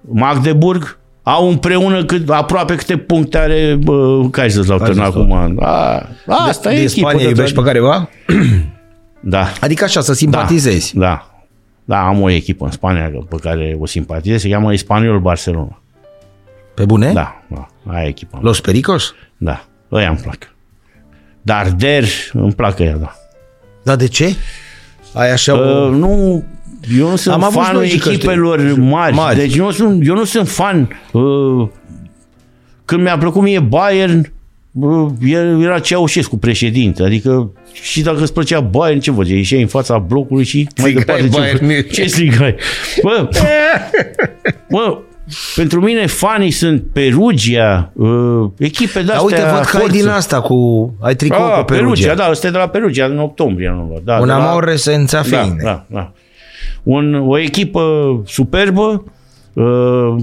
Magdeburg au împreună cât, aproape câte puncte are uh, Kaiserslautern acum. A, asta e Din echipă Spania de- iubești pe careva? Da. Adică așa, să simpatizezi. Da. Da, am o echipă în Spania pe care o simpatizez, se cheamă Espanyol Barcelona. Pe bune? Da, da, aia e echipa. mea. Los Pericos? Da, ăia îmi plac. Dar Der, îmi plac ăia, da. Da, de ce? Ai așa o... Uh, nu, eu nu sunt Ă, Am Am avut fanul noi și echipelor căște- mari. mari. mari. Deci eu nu sunt, eu nu sunt fan. Uh, când mi-a plăcut mie Bayern, uh, el era Ceaușescu președinte. Adică și dacă îți plăcea Bayern, ce făceai? Ieșeai în fața blocului și mai Strigai departe. Bayern ce, München. ce strigai? Bă, bă, pentru mine fanii sunt Perugia, uh, echipe de-astea. Dar uite, văd că ai forță. din asta cu... Ai tricou Ah, cu Perugia. da, ăsta e de la Perugia, în octombrie. anul ăla, Da, Un de la- amor senza da, fine. da, da. Un, o echipă superbă, uh,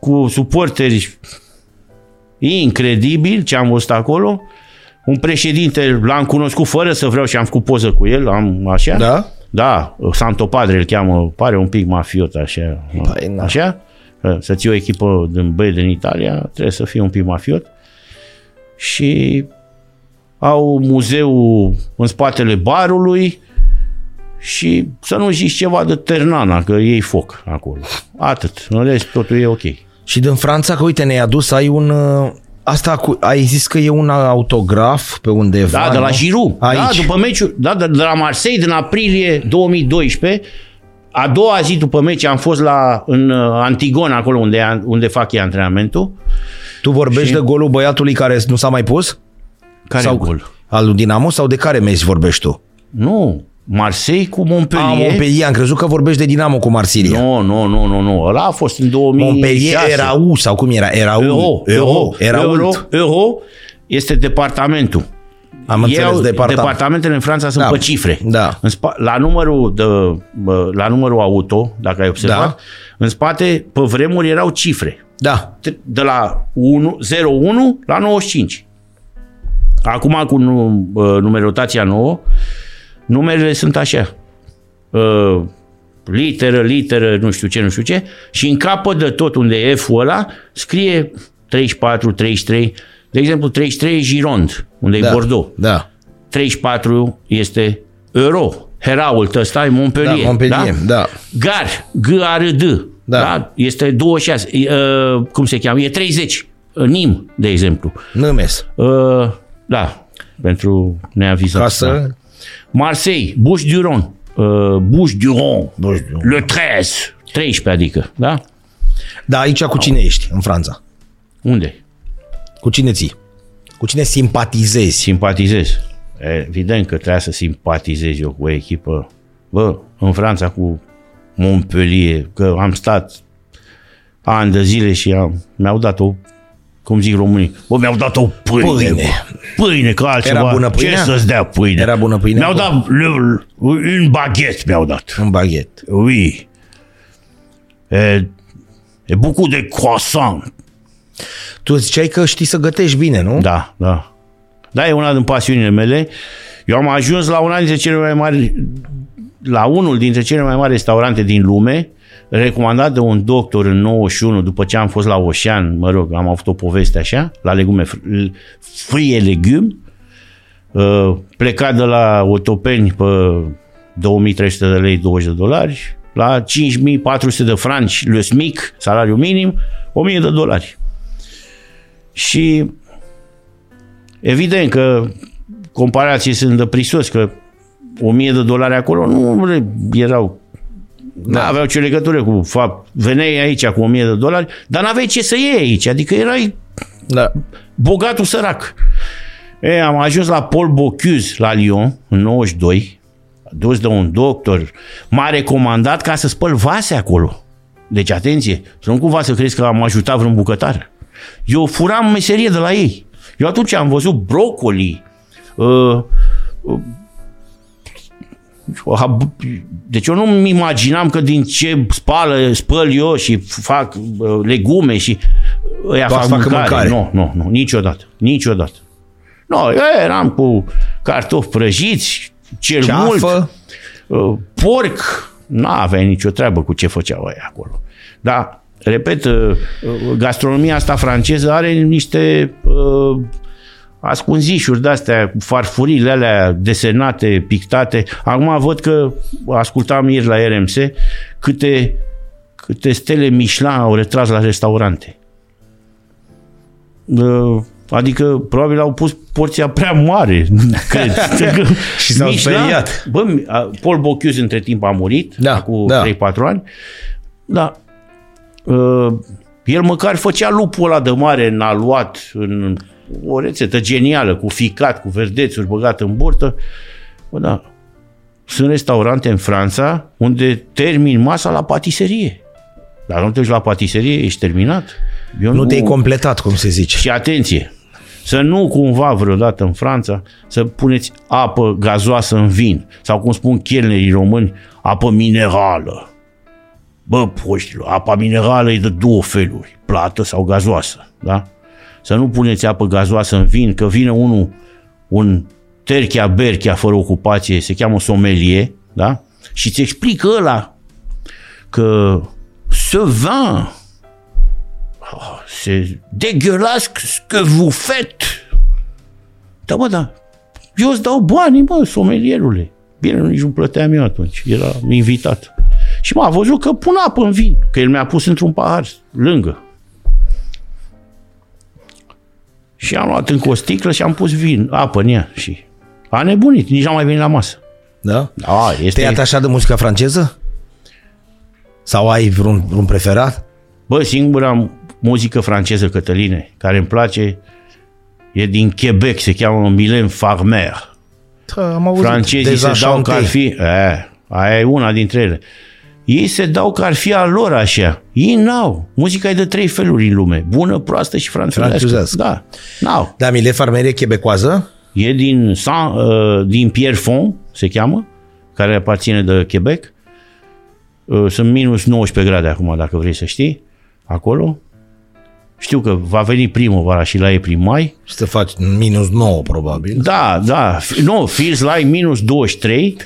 cu suporteri incredibil ce am văzut acolo. Un președinte l-am cunoscut fără să vreau și am făcut poză cu el, am așa. Da? Da, Santo Padre îl cheamă, pare un pic mafiot așa. Păi, na. Așa? Să ții o echipă din băie din Italia, trebuie să fii un pic mafiot. Și au muzeul în spatele barului și să nu zici ceva de Ternana, că ei foc acolo. Atât. În rest, totul e ok. Și din Franța, că uite, ne-ai adus, ai un... uh, Asta cu, ai zis că e un autograf pe undeva, Da, de la nu? Giroud. Da, Aici. după meciul, da, de, de la Marseille din aprilie 2012. A doua zi după meci am fost la în uh, Antigona, acolo unde, unde fac ei antrenamentul. Tu vorbești de golul băiatului care nu s-a mai pus? Care sau Al lui Dinamo sau de care meci vorbești tu? Nu, Marseille cu Montpellier. Am Ah, Montpellier, am crezut că vorbești de Dinamo cu Marsilia. Nu, nu, nu, nu, nu. Ăla a fost în 2006. Montpellier era U sau cum era? Era U. Euro, Euro, Era Euro, Ult. Euro este departamentul. Am înțeles Ei au- departament. Departamentele în Franța sunt Da. pe cifre. Da. În spa- la, numărul de, bă, la numărul auto, dacă ai observat, Da. în spate, pe vremuri, erau cifre. Da. Tre- De la 1, 01 la 95. Acum, cu nu, bă, numerotația nouă, numerele sunt așa. Bă, Literă, literă, nu știu ce, nu știu ce. Și în capăt de tot unde e F-ul ăla, scrie 34, 33. De exemplu, 33 e Girond, unde da. e Bordeaux. Da. 34 este euro. Herault ăsta e Montpellier. Da, Montpellier, da. Gar, g a r d Da. da. da. Este 26. E, uh, cum se cheamă? E 30. Nim, de exemplu. Nămes. Uh, da, pentru neavizat. Ca să... Marseille, Bouche Duron. Uh, Bouche Duron. Bouches-du-Rhône. Le 13. 13 adică, da? Dar aici cu cine ești în Franța? Unde? Cu cine ții? Cu cine simpatizezi? Simpatizez. Evident că trebuie să simpatizez eu cu o echipă. Bă, în Franța cu Montpellier, că am stat ani de zile și am, mi-au dat o cum zic românii, bă, mi-au dat o pâine. Pâine. Pâine, pâine că altceva. Era bună pâinea? Ce să-ți dea pâine? Era bună pâinea? Mi-au dat le, un baghet, mi-au dat. Un baghet. Oui. E, e bucur de croissant. Tu ziceai că știi să gătești bine, nu? Da, da. Da, e una din pasiunile mele. Eu am ajuns la una dintre cele mai mari, la unul dintre cele mai mari restaurante din lume, recomandat de un doctor în 91, după ce am fost la Oșan, mă rog, am avut o poveste așa, la legume, fr- frie legum, Uh, plecat de la Otopeni pe 2300 de lei 20 de dolari, la 5400 de franci, plus mic, salariu minim, 1000 de dolari. Și evident că comparații sunt de prisos, că 1000 de dolari acolo nu re- erau da. aveau ce legătură cu fapt. Veneai aici cu 1000 de dolari, dar n-aveai ce să iei aici. Adică erai da. bogatul sărac. E, am ajuns la Paul Bocuse, la Lyon, în 92, dus de un doctor, m-a recomandat ca să spăl vase acolo. Deci, atenție, să nu cumva să crezi că am ajutat vreun bucătar. Eu furam meserie de la ei. Eu atunci am văzut brocoli, uh, ă, Hab- Deci eu nu-mi imaginam că din ce spală, spăl eu și fac uh, legume și ăia Toți fac fac mâncare. mâncare. Nu, nu, nu, niciodată. Niciodată. Noi eram cu cartofi prăjiți, cel mult, Ceafă. uh, porc, n-aveai nicio treabă cu ce făceau ăia acolo. Dar, repet, uh, uh, gastronomia asta franceză are niște uh, ascunzișuri de-astea, cu farfurile alea desenate, pictate. Acum văd că ascultam ieri la RMC câte, câte stele Michelin au retras la restaurante. Uh, Adică probabil au pus porția prea mare, cred. Că Și s-au Michelin- speriat. Bă, mi- a- Paul Bocuse între timp a murit, Da, cu da. 3-4 ani. Da. Uh, El măcar făcea lupul ăla de mare în aluat, în o rețetă genială, cu ficat, cu verdețuri băgat în burtă. Bă, da. Sunt restaurante în Franța unde termin masa la patiserie. Dar nu te duci la patiserie, ești terminat. Eu Nu te-ai completat, cum se zice. și atenție, să nu cumva vreodată în Franța să puneți apă gazoasă în vin sau cum spun chelnerii români, apă minerală. Bă, poștilor, apa minerală e de două feluri, plată sau gazoasă, da? Să nu puneți apă gazoasă în vin, că vine unul, un terchea berchea fără ocupație, se cheamă sommelier, da? Și ți explică ăla că ce vin c'est dégueulasse ce que vous faites. Da, mă, da. Eu îți dau banii, mă, somelierule. Bine, nu nici nu plăteam eu atunci. Era invitat. Și m-a văzut că pun apă în vin. Că el mi-a pus într-un pahar lângă. Și am luat încă o sticlă și am pus vin, apă în ea. Și a nebunit. Nici n-am mai venit la masă. Da? Da, este... Te-ai atașat de muzica franceză? Sau ai vreun, vreun preferat? Bă, singura muzică franceză, Cătăline, care îmi place, e din Quebec, se cheamă Milen Farmer. Da, am auzit. Francezii se dau că ar fi... E, aia e una dintre ele. Ei se dau că ar fi a lor așa. Ei n-au. Muzica e de trei feluri în lume. Bună, proastă și franțuzească. Franțuzească. Da, n-au. Da, Mile Farmer e chebecoază? E din, Saint, uh, din Pierrefonds, se cheamă, care aparține de Quebec. Uh, Sunt minus 19 grade acum, dacă vrei să știi, acolo. Știu că va veni primăvara și la ei prin mai. Și să faci minus 9, probabil. Da, da, f- nu, Fils la ei minus 23.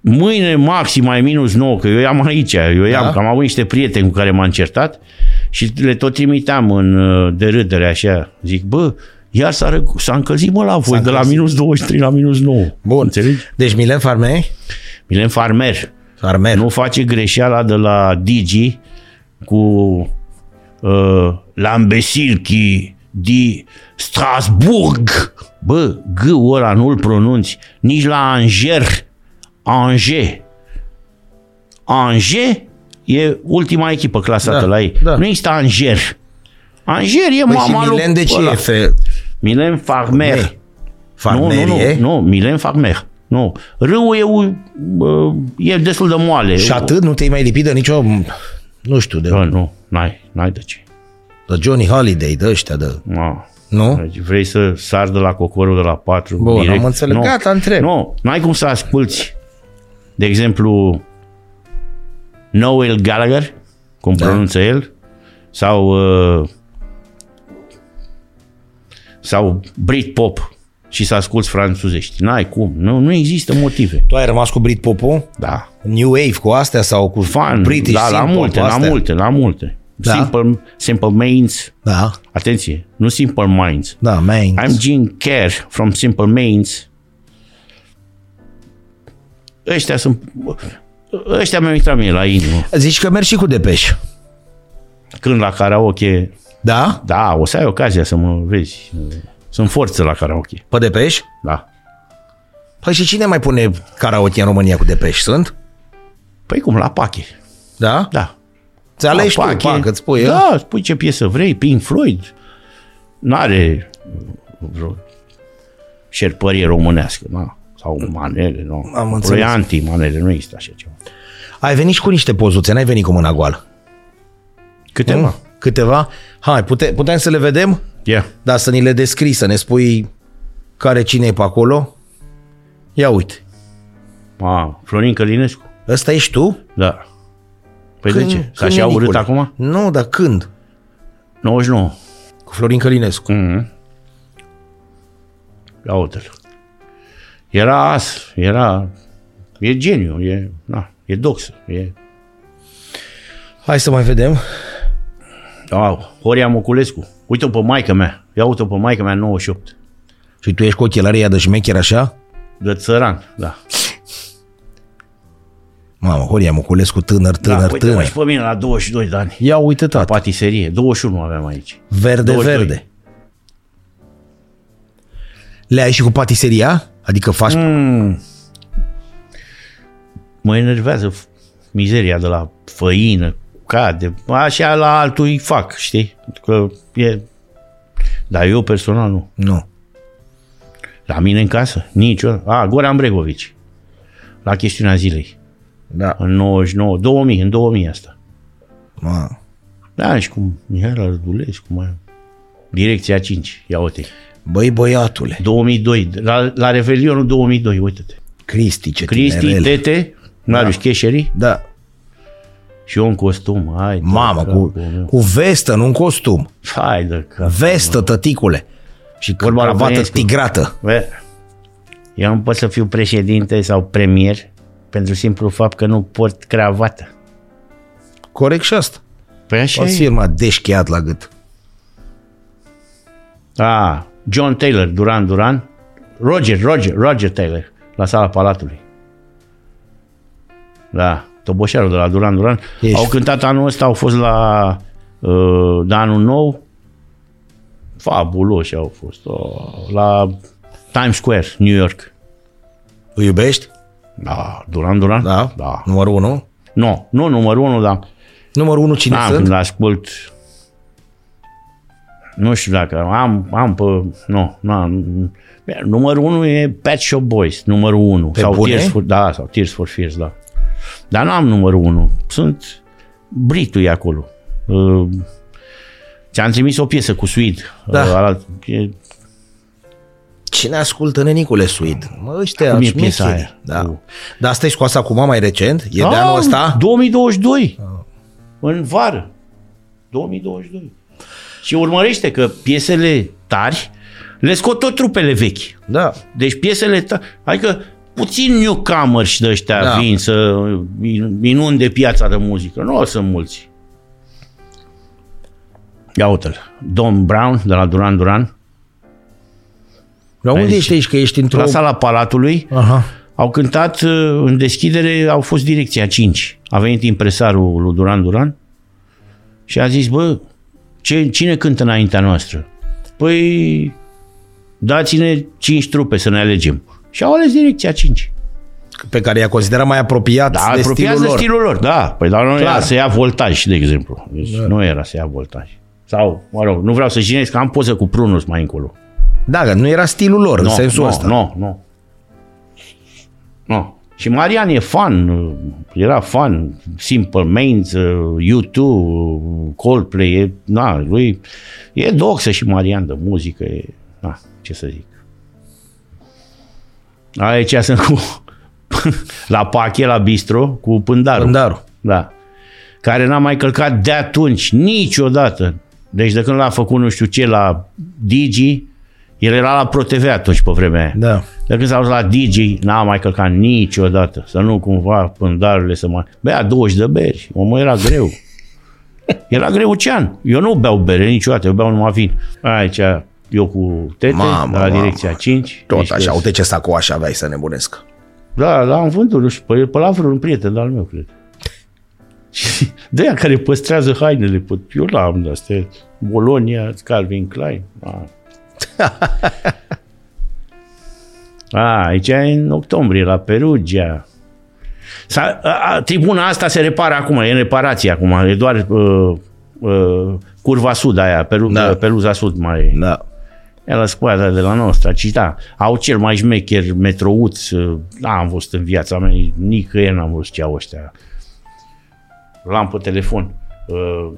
Mâine maxim mai minus 9, că eu i-am aici, eu i-am, Da. că am avut niște prieteni cu care m-am certat și le tot trimiteam în uh, de râdere așa. Zic, bă, iar s-a, ră- s-a încălzit mă la voi, de la minus 23 la minus 9. Bun. Înțelegi? Deci Milen Farmer, Milen Farmer Farmer, nu face greșeala de la Digi cu uh, l'ambecil qui di Strasburg. Bă, G-ul ăla nu-l pronunți. Nici la Anger. Angers. Angers E ultima echipă clasată Da, la ei. da. Nu există Anjer. Anjer e Păi și mama Milen de ce ăla. e? Fe... Milen Farmer. Farmer. Nu, nu, nu, Farmerie? nu, Milen Farmer. Nu. Râul e, u- bă, e destul de moale. Și atât? Nu te-ai mai lipit de nicio... Nu știu, de, Bă, nu, n-ai, n-ai de ce. de Johnny Holiday, de ăștia, de... No. Nu? Deci vrei să sar de la cocorul de la 4 Bun, direct. am înțeles. Nu. Gata, întreb. Nu, n-ai cum să asculti, de exemplu, Noel Gallagher, cum da. pronunță el, sau uh, sau Brit Pop și să asculti franțuzești. N-ai cum. Nu, nu există motive. Tu ai rămas cu Brit Popu? Da. New Wave cu astea sau cu Fan, British da, la synth-pop multe, cu la astea? multe, la multe. Da. Simple, simple Minds, Da, atenție, nu Simple Minds, da, man. I'm Gene Kerr from Simple Minds. Ăștia sunt... Ăștia mi-au intrat mie la inimă. Zici că mergi și cu Depeș. Când la karaoke... Da? Da, o să ai ocazia să mă vezi. Sunt forță la karaoke. Pe Depeș? Da. Păi și cine mai pune karaoke în România cu Depeș? Sunt? Păi cum, la pache. Da? Da. Ți alegi tu, pac, îți pui eu? Da, îți pui ce piesă vrei. Pink Floyd. N-are vreo șerpărie românească. Na. Sau manele, nu. Am înțeles. Proianti, manele, nu există așa ceva. Ai venit și cu niște pozuțe, n-ai venit cu mâna goală. Câteva. Nu? Câteva? Hai, pute, putem să le vedem? Yeah. Dar să ni le descrii, să ne spui care cine e pe acolo. Ia uite, Ma, Florin Călinescu. ăsta ești tu? Da. Păi de ce? Ca și e au urât Nicule? acum? Nu, dar când? 99. Cu Florin Călinescu. Mm-hmm. Ia uite-l. Era as, era... E geniu, e, na, e dox, e... Hai să mai vedem. Au, Horia Moculescu. Uite-o pe maica mea. Ia uite-o pe maica mea 98. Și tu ești cu ochelarii aia de șmecher așa? De țăran, da. Mamă, Horia Muculescu, tânăr, tânăr, da, uite tânăr. și pe mine la 22 de ani. Ia uite, tată. Patiserie, 21 aveam aici. Verde, 22. verde. Le ai și cu patiseria? Adică faci... Mm. Mm. Mă enervează f- mizeria de la făină, cade, așa la altul îi fac, știi? Că e... Dar eu personal nu. Nu. La mine în casă, niciodată. A, Goran Bregovici. La chestiunea zilei. Da. În 99, 2000, în 2000 asta. Ma. Da, și cu Mihail Ardulescu, mai... Direcția 5, ia uite. Băi, băiatule, 2002, la, la Revelionul 2002, uite-te. Cristi, ce Cristi, tinerel. Tete, Marius da. Cheșeri, Da. Și eu în costum, hai. de Mamă, cu, capul meu. cu vestă, nu un costum. Hai de cap. Vestă, tăticule. Și Vorba lui cravată Bănescu. tigrată. Bă, eu nu pot să fiu președinte sau premier pentru simplu fapt că nu port cravată. Corect și asta. Păi așa Poți e. firma deșcheat la gât. A, John Taylor, Duran, Duran. Roger, Roger, Roger Taylor, la sala Palatului. Da, Toboșarul de la Duran, Duran. Ești- Au cântat anul ăsta, au fost la uh, de anul nou. Fabuloși au fost. Oh, la Times Square, New York. Îl iubești? Da, Duran Duran? Da? Da. Numărul 1? Nu, nu numărul unu, dar Numărul 1 cine am sunt? când ascult nu știu dacă am, am pe, nu, nu am. Numărul unu e Pet Shop Boys, numărul unu. Pe sau bune? Tears for, da, sau Tears for Fears, da. Dar nu am numărul unu. Sunt Britul e acolo. Uh, ți-am trimis o piesă cu Suid. Da. Uh, alalt- e, Cine ascultă Nenicule Suid? Mă, ăștia Cum e piesa șmecheri. aia? Da. Cu- Dar asta e cu Ah! asta acum mai recent? E de Da, anul ăsta? Ah. 2022. În vară. 2022. Și urmărește că piesele tari le scot tot trupele vechi. Da. Deci piesele tari, adică puțin newcomer și de ăștia Da. da. vin să inunde piața de muzică. Nu o să mulți. Ia uite-l. Don Brown de la Duran Duran. La unde Vezi? ești aici? Că ești într-o... La sala Palatului. Aha. Au cântat uh, în deschidere, au fost direcția 5. A venit impresarul lui Duran Duran și a zis, bă, ce, cine cântă înaintea noastră? Păi, dați-ne 5 trupe să ne alegem. Și au ales direcția 5. pe care i-a considerat mai apropiat da, de apropiază stilul lor. stilul lor. Da, păi dar nu Clar. era să ia voltaj, de exemplu. Deci da. Nu era să ia voltaj. Sau, mă rog, nu vreau să jignesc, că am poză cu Prunus mai încolo. Da, că nu era stilul lor, în sensul nu, ăsta. Nu, nu. Nu. Și Marian e fan, era fan, Simple Minds, U2, Coldplay, e, na, lui e doxă și Marian de muzică, e, na, ce să zic. Aici sunt cu, la pache, la bistro, cu pândarul. Pândarul. Da. Care n-a mai călcat de atunci, niciodată. Deci de când l-a făcut nu știu ce la Digi, el era la ProTV atunci pe vremea aia. Da. De când s-a dus la Digi, n-a mai călcat niciodată. Să nu cumva pândarurile să mai... Bea 20 de beri. Omul era greu. Era greucean. Eu nu beau bere niciodată, eu beau numai vin. Aici, eu cu tete, Mamă, mamă, la mamă. direcția 5. Tot Deci așa, că- uite ce sacoaș aveai să nebunesc. da, da, am vândut, nu știu, pe, pe la vreun prieten de-al meu, cred. Și de aia care păstrează hainele, pe, eu la am de astea, Bologna, Calvin Klein. A. a, aici e în octombrie, la Perugia. S-a, a, a, tribuna asta se repară acum, e în reparație acum, e doar uh, uh, curva sud aia, peru, Da. da. peluza sud mai e. Da. E la scoada de la noastră, ci da, au cel mai șmecher metrouț, uh, n-am văzut în viața mea, nicăieri n-am văzut ce au ăștia. L-am pe telefon. Uh,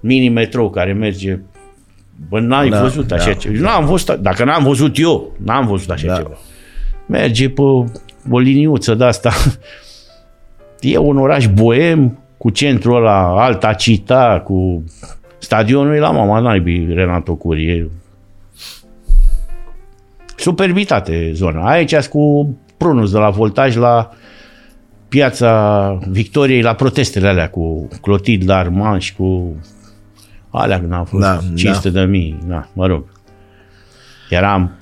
mini metrou care merge Bă, n-ai Da, da, văzut așa da, da, ceva. Da. N-am văzut, dacă n-am văzut eu, n-am văzut așa Da. da. ceva. Merge pe o liniuță de asta. E un oraș boem, cu centrul ăla, alta cita, cu stadionul e la mama naibii, Renato Curie. Superbitate zona. Aici sunt cu prunus de la voltaj la piața Victoriei, la protestele alea cu Clotilde Armand și cu alea când am fost Da, da, 500 da. de mii. Na, mă rog. Eram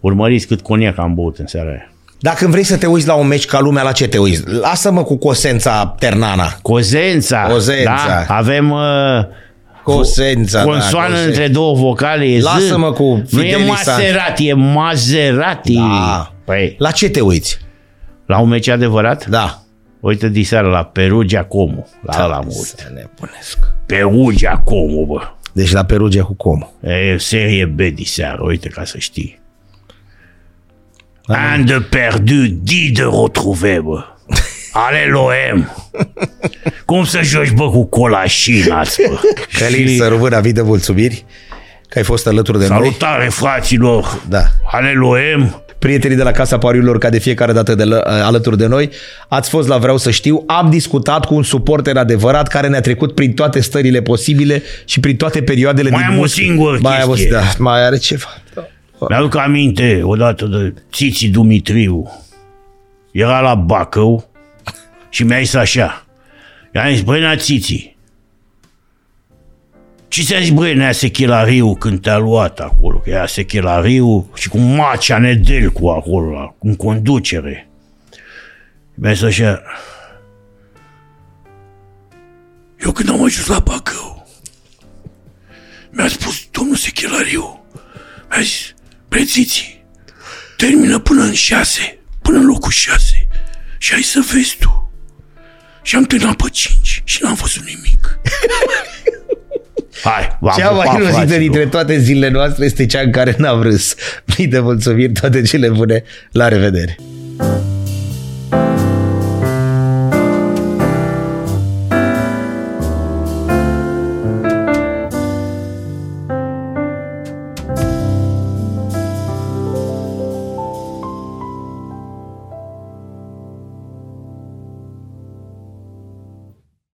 urmăriți cât coniac am băut în seara aia. Dacă vrei să te uiți la un meci ca lumea, la ce te uiți? Lasă-mă cu Cosența Ternana. Cozența. Cozența. Da? Avem uh, Cosența, consoană da, Cosența. între două vocale. E Z. Lasă-mă cu Nu e Fidelis Maserati, e Maserati. Da. Păi, La ce te uiți? la un meci adevărat? Da. Uite diseară la Perugia Como. Da, La ăla mă uit. Să nebunesc. Perugia Como, bă. Deci la Perugia cu com. E, serie B diseară, uite ca să știi. Da. Un de perdu, dix de retrouvé, bă. Ale l'OM. Cum să joci, bă, cu colașinați, bă? Călin Și Sărvâna, vii de mulțumiri că ai fost alături de noi. Salutare, fraților. Da. Ale l'OM. prietenii de la Casa Pariurilor ca de fiecare dată de la, alături de noi. Ați fost la Vreau să știu. Am discutat cu un suporter adevărat care ne-a trecut prin toate stările posibile și prin toate perioadele Mai din am o muzică. singură mai am o, chestie. Da. da, mai are ceva. Mi-aduc aminte odată de Țiții Dumitriu. Era la Bacău și mi-a zis așa. I-a zis, băi, nea Țiții, ce ți-a zis, băi, nea Sechelariu când te-a luat acolo? Că era Sechelariu și cu Macea Nedelcu acolo, la, în conducere. Mi-a zis așa. Eu când am ajuns la Bacău, mi-a spus domnul Sechelariu, mi-a zis, prețiții, termină până în șase, până în locul șase și ai să vezi tu. Și am terminat pe cinci și n-am văzut nimic. Hai, v-am Cea mai pupat, irozită fraților. dintre toate zilele noastre este cea în care n-am râs. Mii de mulțumiri, toate cele bune. La revedere!